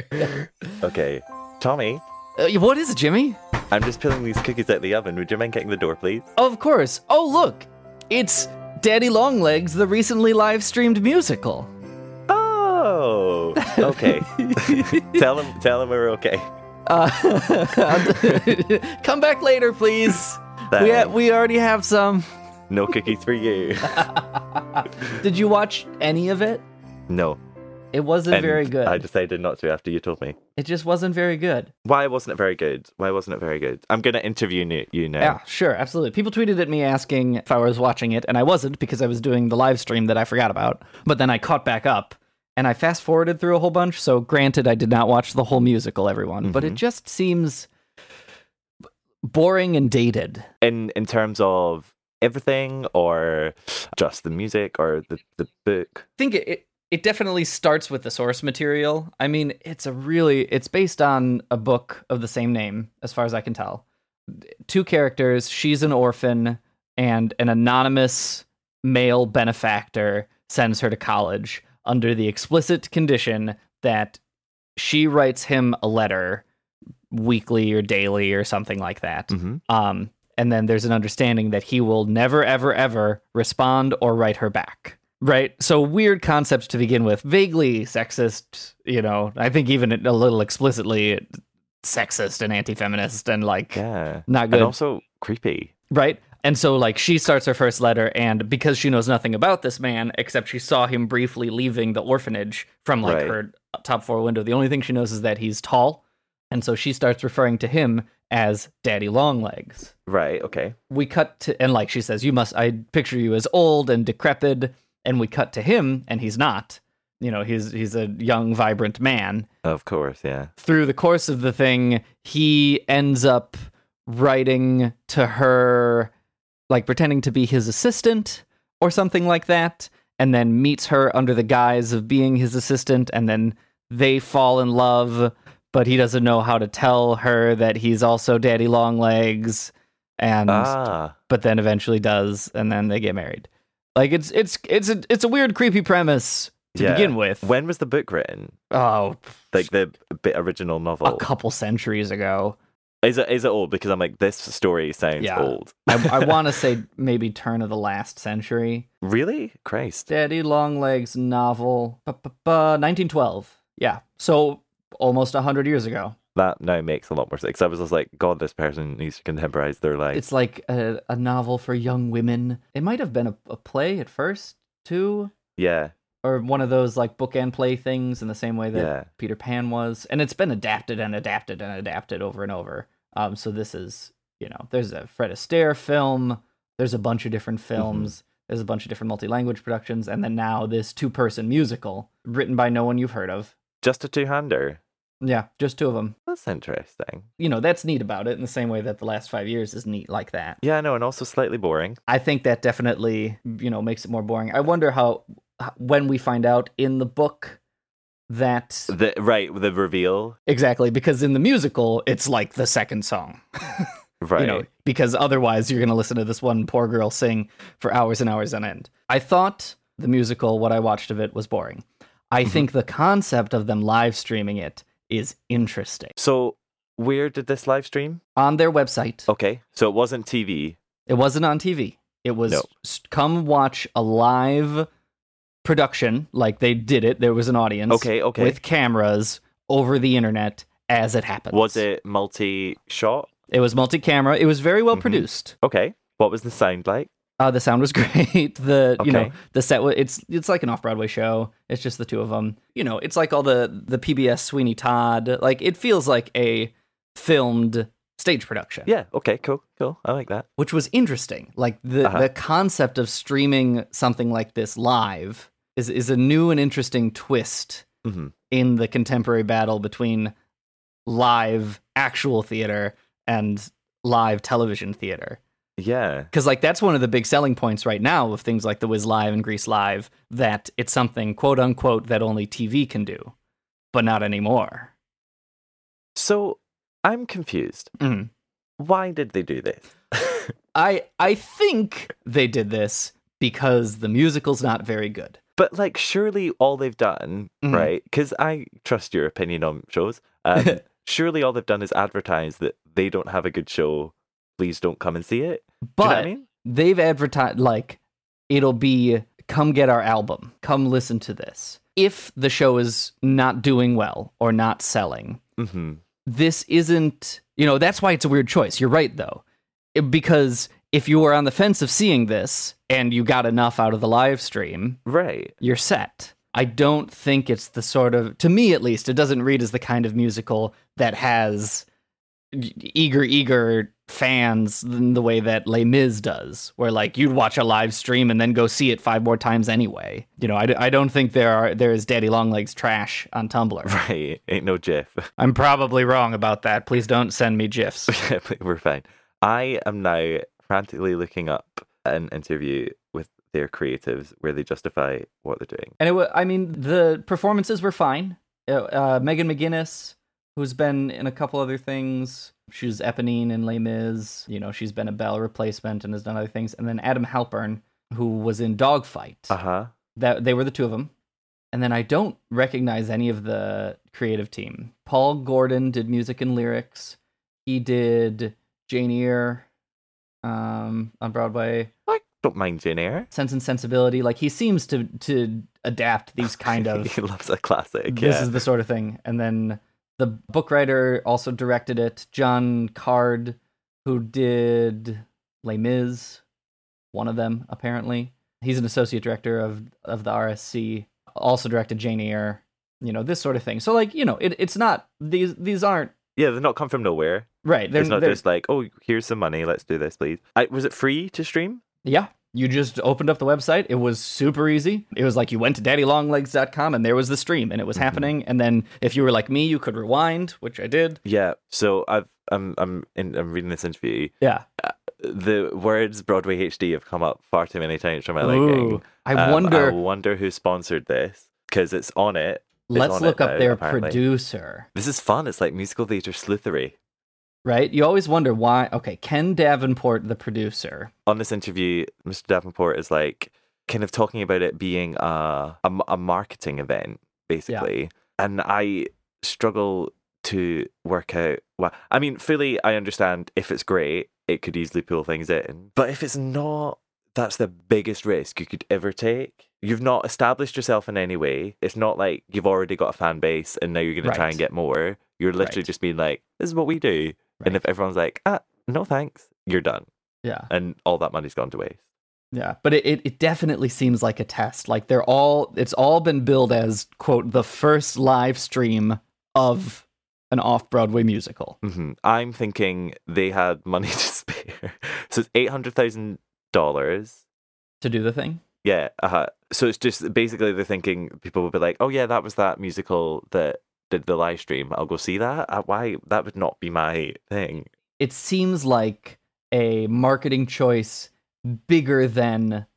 okay. Tommy, Uh, what is it, Jimmy? I'm just peeling these cookies out the oven. Would you mind getting the door, please? Of course. Oh, look, it's Daddy Longlegs, the recently live streamed musical. Oh, okay. tell him, tell him we're okay. Uh, come back later, please. We, ha- Thanks. we already have some. No cookies for you. Did you watch any of it? No. It wasn't And very good. I decided not to after you told me. It just wasn't very good. Why wasn't it very good? Why wasn't it very good? I'm gonna interview ne- you now. Yeah, sure, absolutely. People tweeted at me asking if I was watching it, and I wasn't because I was doing the live stream that I forgot about. But then I caught back up and I fast forwarded through a whole bunch. So, granted, I did not watch the whole musical, everyone, but Mm-hmm. it just seems b- boring and dated. In in terms of everything, or just the music, or the the book. I think it, it it definitely starts with the source material. I mean, it's a really it's based on a book of the same name, as far as I can tell. Two characters, she's an orphan, and an anonymous male benefactor sends her to college under the explicit condition that she writes him a letter weekly or daily or something like that. Um, and then there's an understanding that he will never, ever, ever respond or write her back. Right. So weird concepts to begin with, vaguely sexist, you know, I think even a little explicitly sexist and anti feminist and like not good. And also creepy. Right. And so, like, she starts her first letter, and because she knows nothing about this man, except she saw him briefly leaving the orphanage from like Right. her top floor window, the only thing she knows is that he's tall. And so she starts referring to him as Daddy Longlegs. Right. Okay. We cut to, and like she says, You must, I picture you as old and decrepit. And we cut to him, and he's not. You know, he's he's a young, vibrant man Of course. Yeah. through the course of the thing, he ends up writing to her, like pretending to be his assistant or something like that, and then meets her under the guise of being his assistant, and then they fall in love, but he doesn't know how to tell her that he's also Daddy Longlegs, and Ah. but then eventually does, and then they get married. Like it's it's it's a it's a weird, creepy premise to Yeah. begin with. When was the book written? Oh, Like the bit original novel. a couple centuries ago. Is it is it old? Because I'm like this story sounds old. I, I want to say maybe turn of the last century. Really? Christ. Daddy Longlegs novel, ba, ba, ba, 1912. Yeah, so almost 100 years ago. That now makes a lot more sense. I was just like, God, this person needs to contemporize their life. It's like a, a novel for young women. It might have been a, a play at first, too, yeah. or one of those like book and play things in the same way that Yeah. Peter Pan was. And it's been adapted and adapted and adapted over and over. Um, so this is, you know, there's a Fred Astaire film, there's a bunch of different films, there's a bunch of different multi language productions, and then now this two person musical written by no one you've heard of. Just a two hander. Yeah, just two of them. That's interesting. You know, that's neat about it in the same way that the last five years is neat like that. Yeah, I know, and also slightly boring. I think that definitely, you know, makes it more boring. I wonder how, h- when we find out in the book that The right, the reveal. Exactly, because in the musical, it's like the second song. Right. You know, because otherwise you're going to listen to this one poor girl sing for hours and hours on end. I thought the musical, what I watched of it, was boring. I Mm-hmm. think the concept of them live streaming it is interesting. So where did this live stream? On their website, Okay. So it wasn't TV. it wasn't on TV. It was No. s- come watch a live production, like they did it. There was an audience Okay, okay. with cameras over the internet as it happened. Was it multi shot? It was multi camera. It was very well Mm-hmm. produced. Okay. What was the sound like? Uh, the sound was great. The you know Okay. the set was it's it's like an off Broadway show. It's just the two of them. You know, it's like all the the PBS Sweeney Todd. Like it feels like a filmed stage production. Yeah. Okay. Cool. Cool. I like that. which was interesting. Like the Uh-huh. the concept of streaming something like this live is is a new and interesting twist Mhm. in the contemporary battle between live actual theater and live television theater. Yeah. Because like that's one of the big selling points right now of things like The Wiz Live and Grease Live that it's something quote unquote that only TV can do, but not anymore. So I'm confused. Mm. Why did they do this? I I think they did this because the musical's not very good. But like, surely all they've done, Mhm. right? Because I trust your opinion on shows. Um, surely all they've done is advertise that they don't have a good show. Please don't come and see it. But Do you know what I mean? they've advertised like it'll be come get our album, come listen to this. If the show is not doing well or not selling, Mm-hmm. this isn't you know that's why it's a weird choice you're right though It- because if you were on the fence of seeing this and you got enough out of the live stream right you're set i don't think it's the sort of to me at least it doesn't read as the kind of musical that has y- eager eager fans in the way that les mis does where like you'd watch a live stream and then go see it five more times anyway you know i, d- I don't think there are there is daddy longlegs trash on tumblr Right. Ain't no Jeff. I'm probably wrong about that. Please don't send me GIFs. We're fine. I am now frantically looking up an interview with their creatives where they justify what they're doing. And it wa I mean, the performances were fine. Uh, uh, Megan McGinnis, who's been in a couple other things, she was Eponine in Les Mis. You know, she's been a Belle replacement and has done other things. And then Adam Halpern, who was in Dogfight. Uh huh. That they were the two of them. And then I don't recognize any of the creative team. Paul Gordon did music and lyrics. He did Jane Eyre um, on Broadway. Don't mind Jane Eyre. Sense and Sensibility. Like he seems to to adapt these kind of He loves a classic. this yeah. is the sort of thing. And then the book writer also directed it, John Card, who did Les Mis, one of them apparently. He's an associate director of of the RSC. Also directed Jane Eyre. You know this sort of thing. So like you know it, it's not these these aren't yeah, they're not come from nowhere. right. They're, it's not they're- just like, oh, here's some money, let's do this, please. I, was it free to stream? Yeah. You just opened up the website. It was super easy. It was like you went to daddylonglegs.com and there was the stream and it was Mm-hmm. happening. And then if you were like me, you could rewind, which I did. Yeah. So I've I'm I'm in, I'm reading this interview. Yeah. The words Broadway HD have come up far too many times for Ooh, my liking. I Um, I wonder- wonder who sponsored this because it's on it. It's Let's on look it up now, their apparently. producer, This is fun. It's like musical theater sleuthery. right? You always wonder why. Okay, Ken Davenport, the producer. on this interview, Mr. Davenport is like kind of talking about it being a a, m- a marketing event, basically. And I struggle to work out. Well, I mean, fully, I understand if it's great, it could easily pull things in. But if it's not, that's the biggest risk you could ever take. You've not established yourself in any way. It's not like you've already got a fan base and now you're going to try Right. and get more. You're literally Right. just being like, this is what we do. And if everyone's like, ah, no thanks, you're done Yeah. and all that money's gone to waste. Yeah. But it, it, it definitely seems like a test. Like they're all, it's all been billed as, quote, the first live stream of an off Broadway musical. hmm I'm thinking they had money to spare, so it's eight hundred thousand dollars. To do the thing? Yeah, uh-huh. so it's just basically they're thinking people will be like, "Oh yeah, that was that musical that did the live stream. I'll go see that. Uh, why that would not be my thing." it seems like a marketing choice bigger than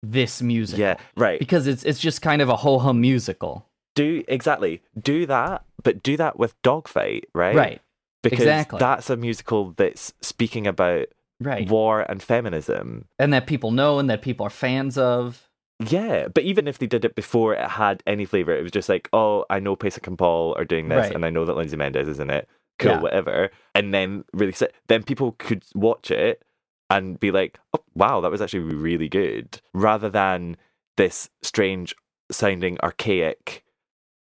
this music. Yeah, right. Because it's it's just kind of a ho hum musical. Do exactly do that, but do that with Dogfight, right? Right. Because Exactly. that's a musical that's speaking about Right. war and feminism. And that people know and that people are fans of. Yeah, but even if they did it before it had any flavor, it was just like, oh, I know Pesach and Paul are doing this, Right. and I know that Lindsay Mendez is in it. Cool, Yeah. whatever. And then really, sit- then people could watch it and be like, oh, wow, that was actually really good, rather than this strange sounding archaic,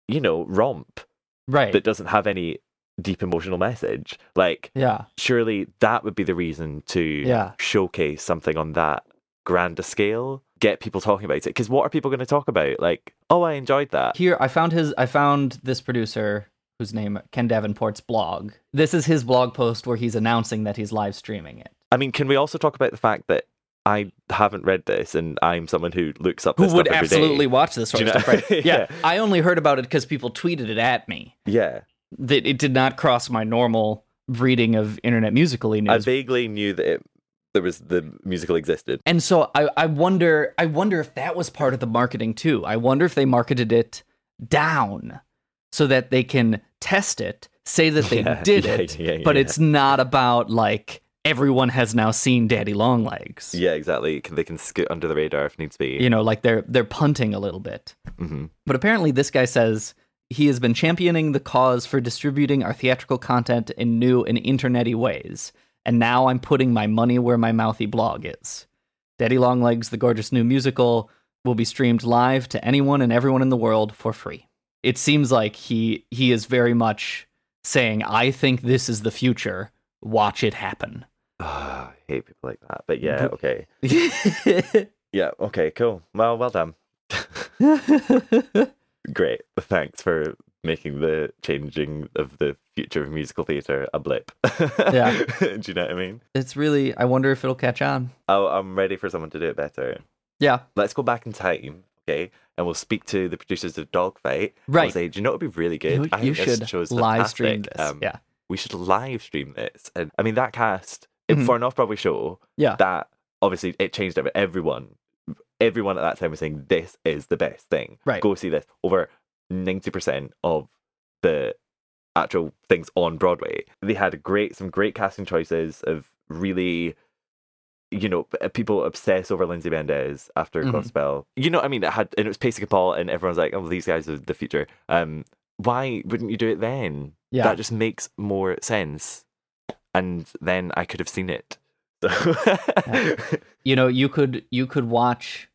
you know, romp Right. that doesn't have any deep emotional message. Like, yeah. surely that would be the reason to Yeah. showcase something on that grander scale get people talking about it because what are people going to talk about like oh i enjoyed that Here I found his I found this producer whose name Ken Davenport's blog. This is his blog post where he's announcing that he's live streaming it. i mean can we also talk about the fact that i haven't read this and i'm someone who looks up Who this would stuff every day. absolutely watch this sort Do you of stuff? know- Right? yeah. I only heard about it because people tweeted it at me. yeah that it did not cross my normal reading of internet musically news. I vaguely knew that it, there was the musical existed. And so I, I wonder I wonder if that was part of the marketing too. I wonder if they marketed it down so that they can test it, say that they Yeah, did yeah, it, yeah, but yeah. it's not about like everyone has now seen Daddy Longlegs. Yeah, exactly. Can- They can scoot under the radar if needs be. You know, like they're they're punting a little bit. Mhm. But apparently this guy says he has been championing the cause for distributing our theatrical content in new and internety ways. And now I'm putting my money where my mouthy blog is. Daddy Longlegs, the gorgeous new musical, will be streamed live to anyone and everyone in the world for free. It seems like he he is very much saying, I think this is the future. Watch it happen. I hate people like that. But yeah, But- okay. yeah, okay, cool. Well, well done. Great. Thanks for making the changing of the future of musical theatre a blip. Yeah. do you know what I mean? It's really I wonder if it'll catch on. Oh, I'm ready for someone to do it better. Yeah. Let's go back in time, okay? And we'll speak to the producers of Dogfight. We'll Right. say, do you know what would be really good? You- you should live stream this, yeah. Um, We should live stream this. And I mean, that cast, if- Mhm. for an off Broadway show, Yeah. that obviously it changed every- everyone. Everyone at that time was saying, this is the best thing. Right. Go see this. Over 90% of the actual things on Broadway. They had great, some great casting choices of really you know, p- uh, people obsess over Lindsay Mendez after Mm-hmm. Mhm. Gospel. You know, what I mean, it had and it was Pacey and Paul, and everyone's like, "Oh, these guys are the future." Um, why wouldn't you do it then? Yeah. that just makes more sense. And then I could have seen it. So you know you could you could watch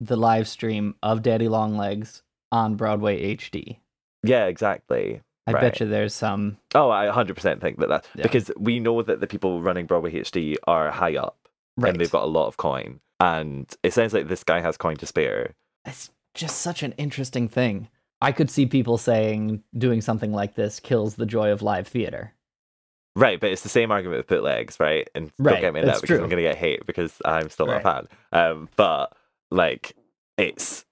the live stream of daddy long legs on broadway hd yeah, exactly. i Right. bet you there's some Oh, I 100% think that that's Yeah. because we know that the people running Broadway HD are high up Right. and they've got a lot of coin. And it sounds like this guy has coin to spare. it's just such an interesting thing i could see people saying doing something like this kills the joy of live theater Right, but it's the same argument with bootlegs, right? And Right, don't get me in that it's because true. I'm going to get hate because I'm still not Right. a fan. Um, but like, it's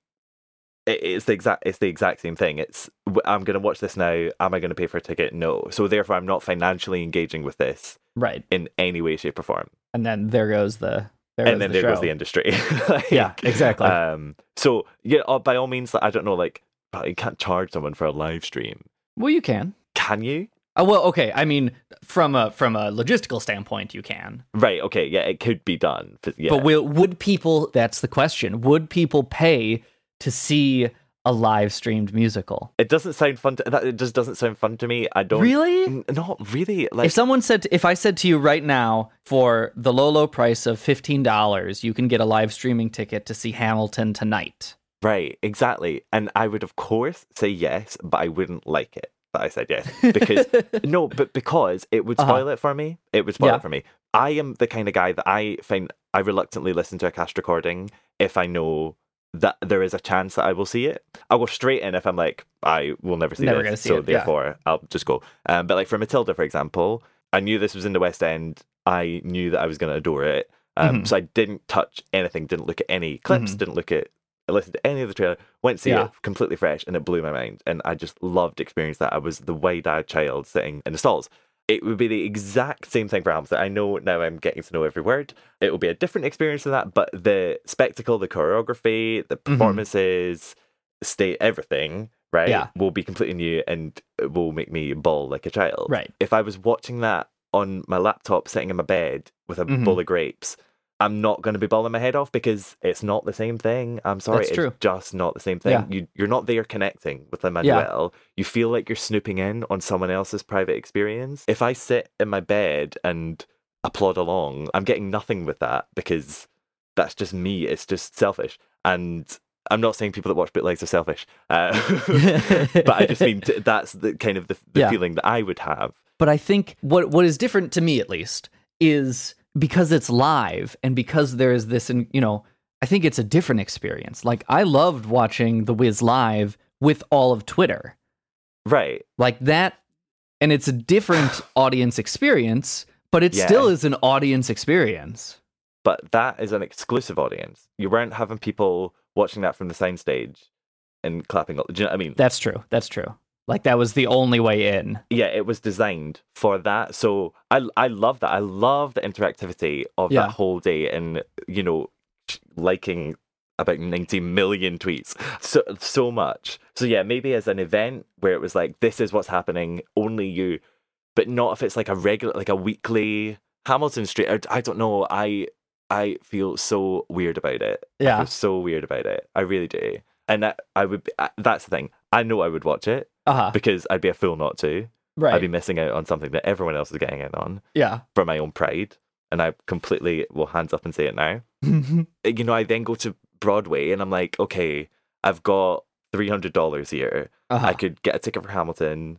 it- it's the exact it's the exact same thing. It's w- I'm going to watch this now. Am I going to pay for a ticket? No. So therefore, I'm not financially engaging with this right in any way, shape, or form. and then there goes the there and goes then the there show. goes the industry. Like, yeah exactly Um. So yeah, uh, by all means, like, I don't know. Like, but you can't charge someone for a live stream. well you can Can you? uh, well okay i mean from a from a logistical standpoint you can Right. Okay. Yeah, it could be done. But, yeah. But will, would people, that's the question, would people pay to see a live streamed musical? It doesn't sound fun. To, that, it just doesn't sound fun to me. I don't Really? N- not really. Like if someone said, if I said to you right now, for the low, low price of $15, you can get a live streaming ticket to see Hamilton tonight. right, exactly. And I would of course say yes, but I wouldn't like it that I said yes because no, but because it would Uh-huh. spoil it for me. It would spoil Yeah. it for me. I am the kind of guy that I find I reluctantly listen to a cast recording if I know that there is a chance that I will see it. I'll go straight in if I'm like I will never see Never this, gonna see so it, yeah. therefore I'll just go. Um, but like for Matilda, for example, I knew this was in the West End. I knew that I was going to adore it. Um, Mm-hmm. Mhm. So I didn't touch anything. Didn't look at any clips. Mhm. Didn't look at. I listened to any of the trailer. Went to see Yeah. it completely fresh, and it blew my mind. And I just loved experience that. I was the wide-eyed child sitting in the stalls. It would be the exact same thing for Hamilton. I know now I'm getting to know every word. It will be a different experience than that, but the spectacle, the choreography, the Mm-hmm. performances, state, everything, right, Yeah. will be completely new and it will make me bawl like a child. Right. If I was watching that on my laptop, sitting in my bed with a Mhm. bowl of grapes, I'm not going to be bawling my head off because it's not the same thing. I'm sorry, That's it's true. just not the same thing. Yeah. You, you're not there connecting with Emmanuel. You feel like you're snooping in on someone else's private experience. If I sit in my bed and applaud along, I'm getting nothing with that because that's just me. It's just selfish. And I'm not saying people that watch bootlegs are selfish, uh, but I just mean t- that's the kind of the, the Yeah. feeling that I would have. But I think what what is different to me at least is because it's live and because there is this and you know, I think it's a different experience. Like I loved watching The Wiz live with all of Twitter. Right. Like that and it's a different audience experience, but it Yeah. still is an audience experience. But that is an exclusive audience. You weren't having people watching that from the soundstage and clapping. Do you know what I mean? That's true. That's true. Like that was the only way in. yeah, it was designed for that. So I I love that. I love the interactivity of Yeah. that whole day, and you know, liking about ninety million tweets, so so much. So yeah, maybe as an event where it was like, this is what's happening, only you, but not if it's like a regular, like a weekly Hamilton Street. I, I don't know. I I feel so weird about it. I Yeah. feel so weird about it. I really do. And I, I would. be- I- That's the thing. I know I would watch it Uh-huh. because I'd be a fool not to. Right. I'd be missing out on something that everyone else is getting in on Yeah. for my own pride. And I completely will hands up and say it now. Uh, you know, I then go to Broadway and I'm like, okay, I've got $300 here. Uh-huh. I could get a ticket for Hamilton,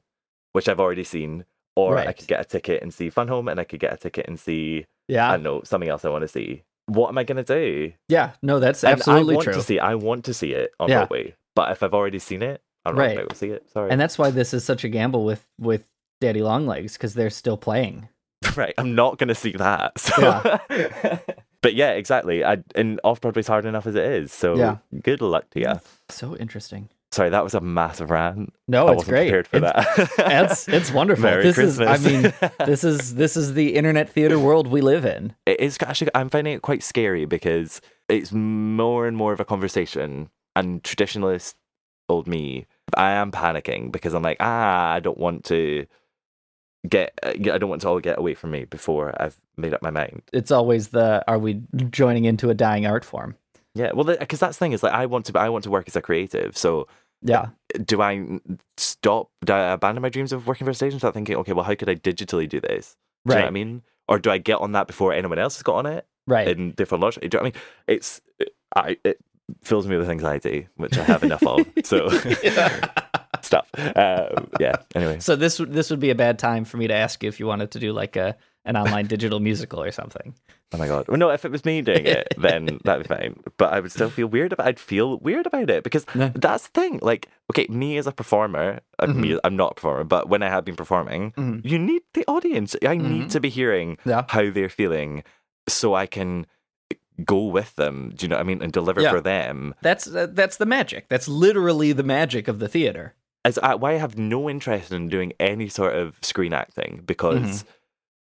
which I've already seen, or I Right. could get a ticket and see Fun Home and I could get a ticket and see, Yeah. I don't know, something else I want to see. What am I going to do? Yeah. No, that's And absolutely I want true. to see, I want to see it on Yeah. Broadway. But if I've already seen it, I don't know if I Right. will see it. Sorry. And that's why this is such a gamble with with Daddy Longlegs because they're still playing. right i'm not gonna see that so but yeah exactly i and off-broadway's hard enough as it is so Yeah. good luck to you So interesting. sorry that was a massive rant No, I it's wasn't great. prepared for that That's it's wonderful. Merry this Christmas. is I mean this is this is the internet theater world we live in. it is actually i'm finding it quite scary because it's more and more of a conversation and traditionalist old me i am panicking because i'm like ah i don't want to get i don't want to all get away from me before i've made up my mind It's always the are we joining into a dying art form? Yeah, well, because that's the thing is like I want to, I want to work as a creative. So Yeah. do I n- stop, do I abandon my dreams of working for a stage and start thinking, okay, well, how could I digitally do this? Do You know what I Right. mean, or do I get on that before anyone else has got on it? Right. And therefore, launch. it? Do you know what I mean? It's I it fills me with anxiety, which I have enough of. So stuff. Um, yeah. Anyway. So this would this would be a bad time for me to ask you if you wanted to do like a an online digital musical or something. Oh my god. Well, no, if it was me doing it, then that'd be fine. But I would still feel weird about. I'd feel weird about it because that's the thing. Like, okay, me as a performer, uh, me, I'm not a performer, but when I have been performing, Mhm. you need the audience. I Mhm. need to be hearing Yeah. how they're feeling, so I can go with them. Do you know what I mean? And deliver Yeah. for them. That's that's the magic. That's literally the magic of the theater. As I, why I have no interest in doing any sort of screen acting because.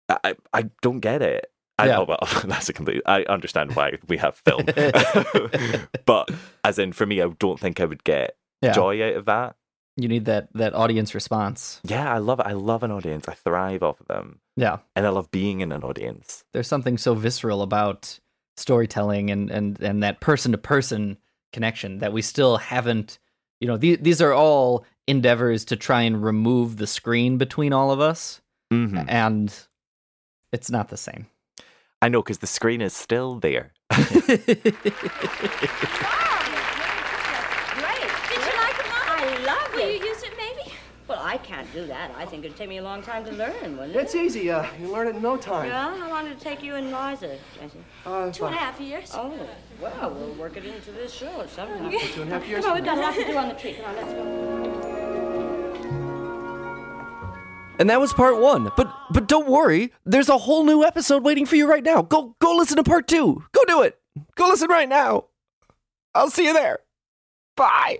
I, I I don't get it. I, Yeah. oh, well, that's a complete. I understand why we have film, but as in for me, I don't think I would get Yeah. joy out of that. You need that that audience response. Yeah, I love it. I love an audience. I thrive off of them, Yeah. and I love being in an audience. There's something so visceral about storytelling and and and that person to person connection that we still haven't, you know, these these are all endeavors to try and remove the screen between all of us Mm-hmm. and it's not the same. I know because the screen is still there. Great. Did you like it, Mom? I love it. Will you use it, maybe? Well, I can't do that. I think it'd take me a long time to learn, wouldn't it? It's easy. Uh, you learn it in no time. Well, how long did it take you and Liza, Jessie? Two and a half years. Oh, well, we'll work it into this show somehow. Yeah. Two and a half years Come on, from we've got a now. lot to do on the tree. Come on, let's go. And that was part one. But but don't worry, there's a whole new episode waiting for you right now. Go go listen to part two. Go do it. Go listen right now. I'll see you there. Bye.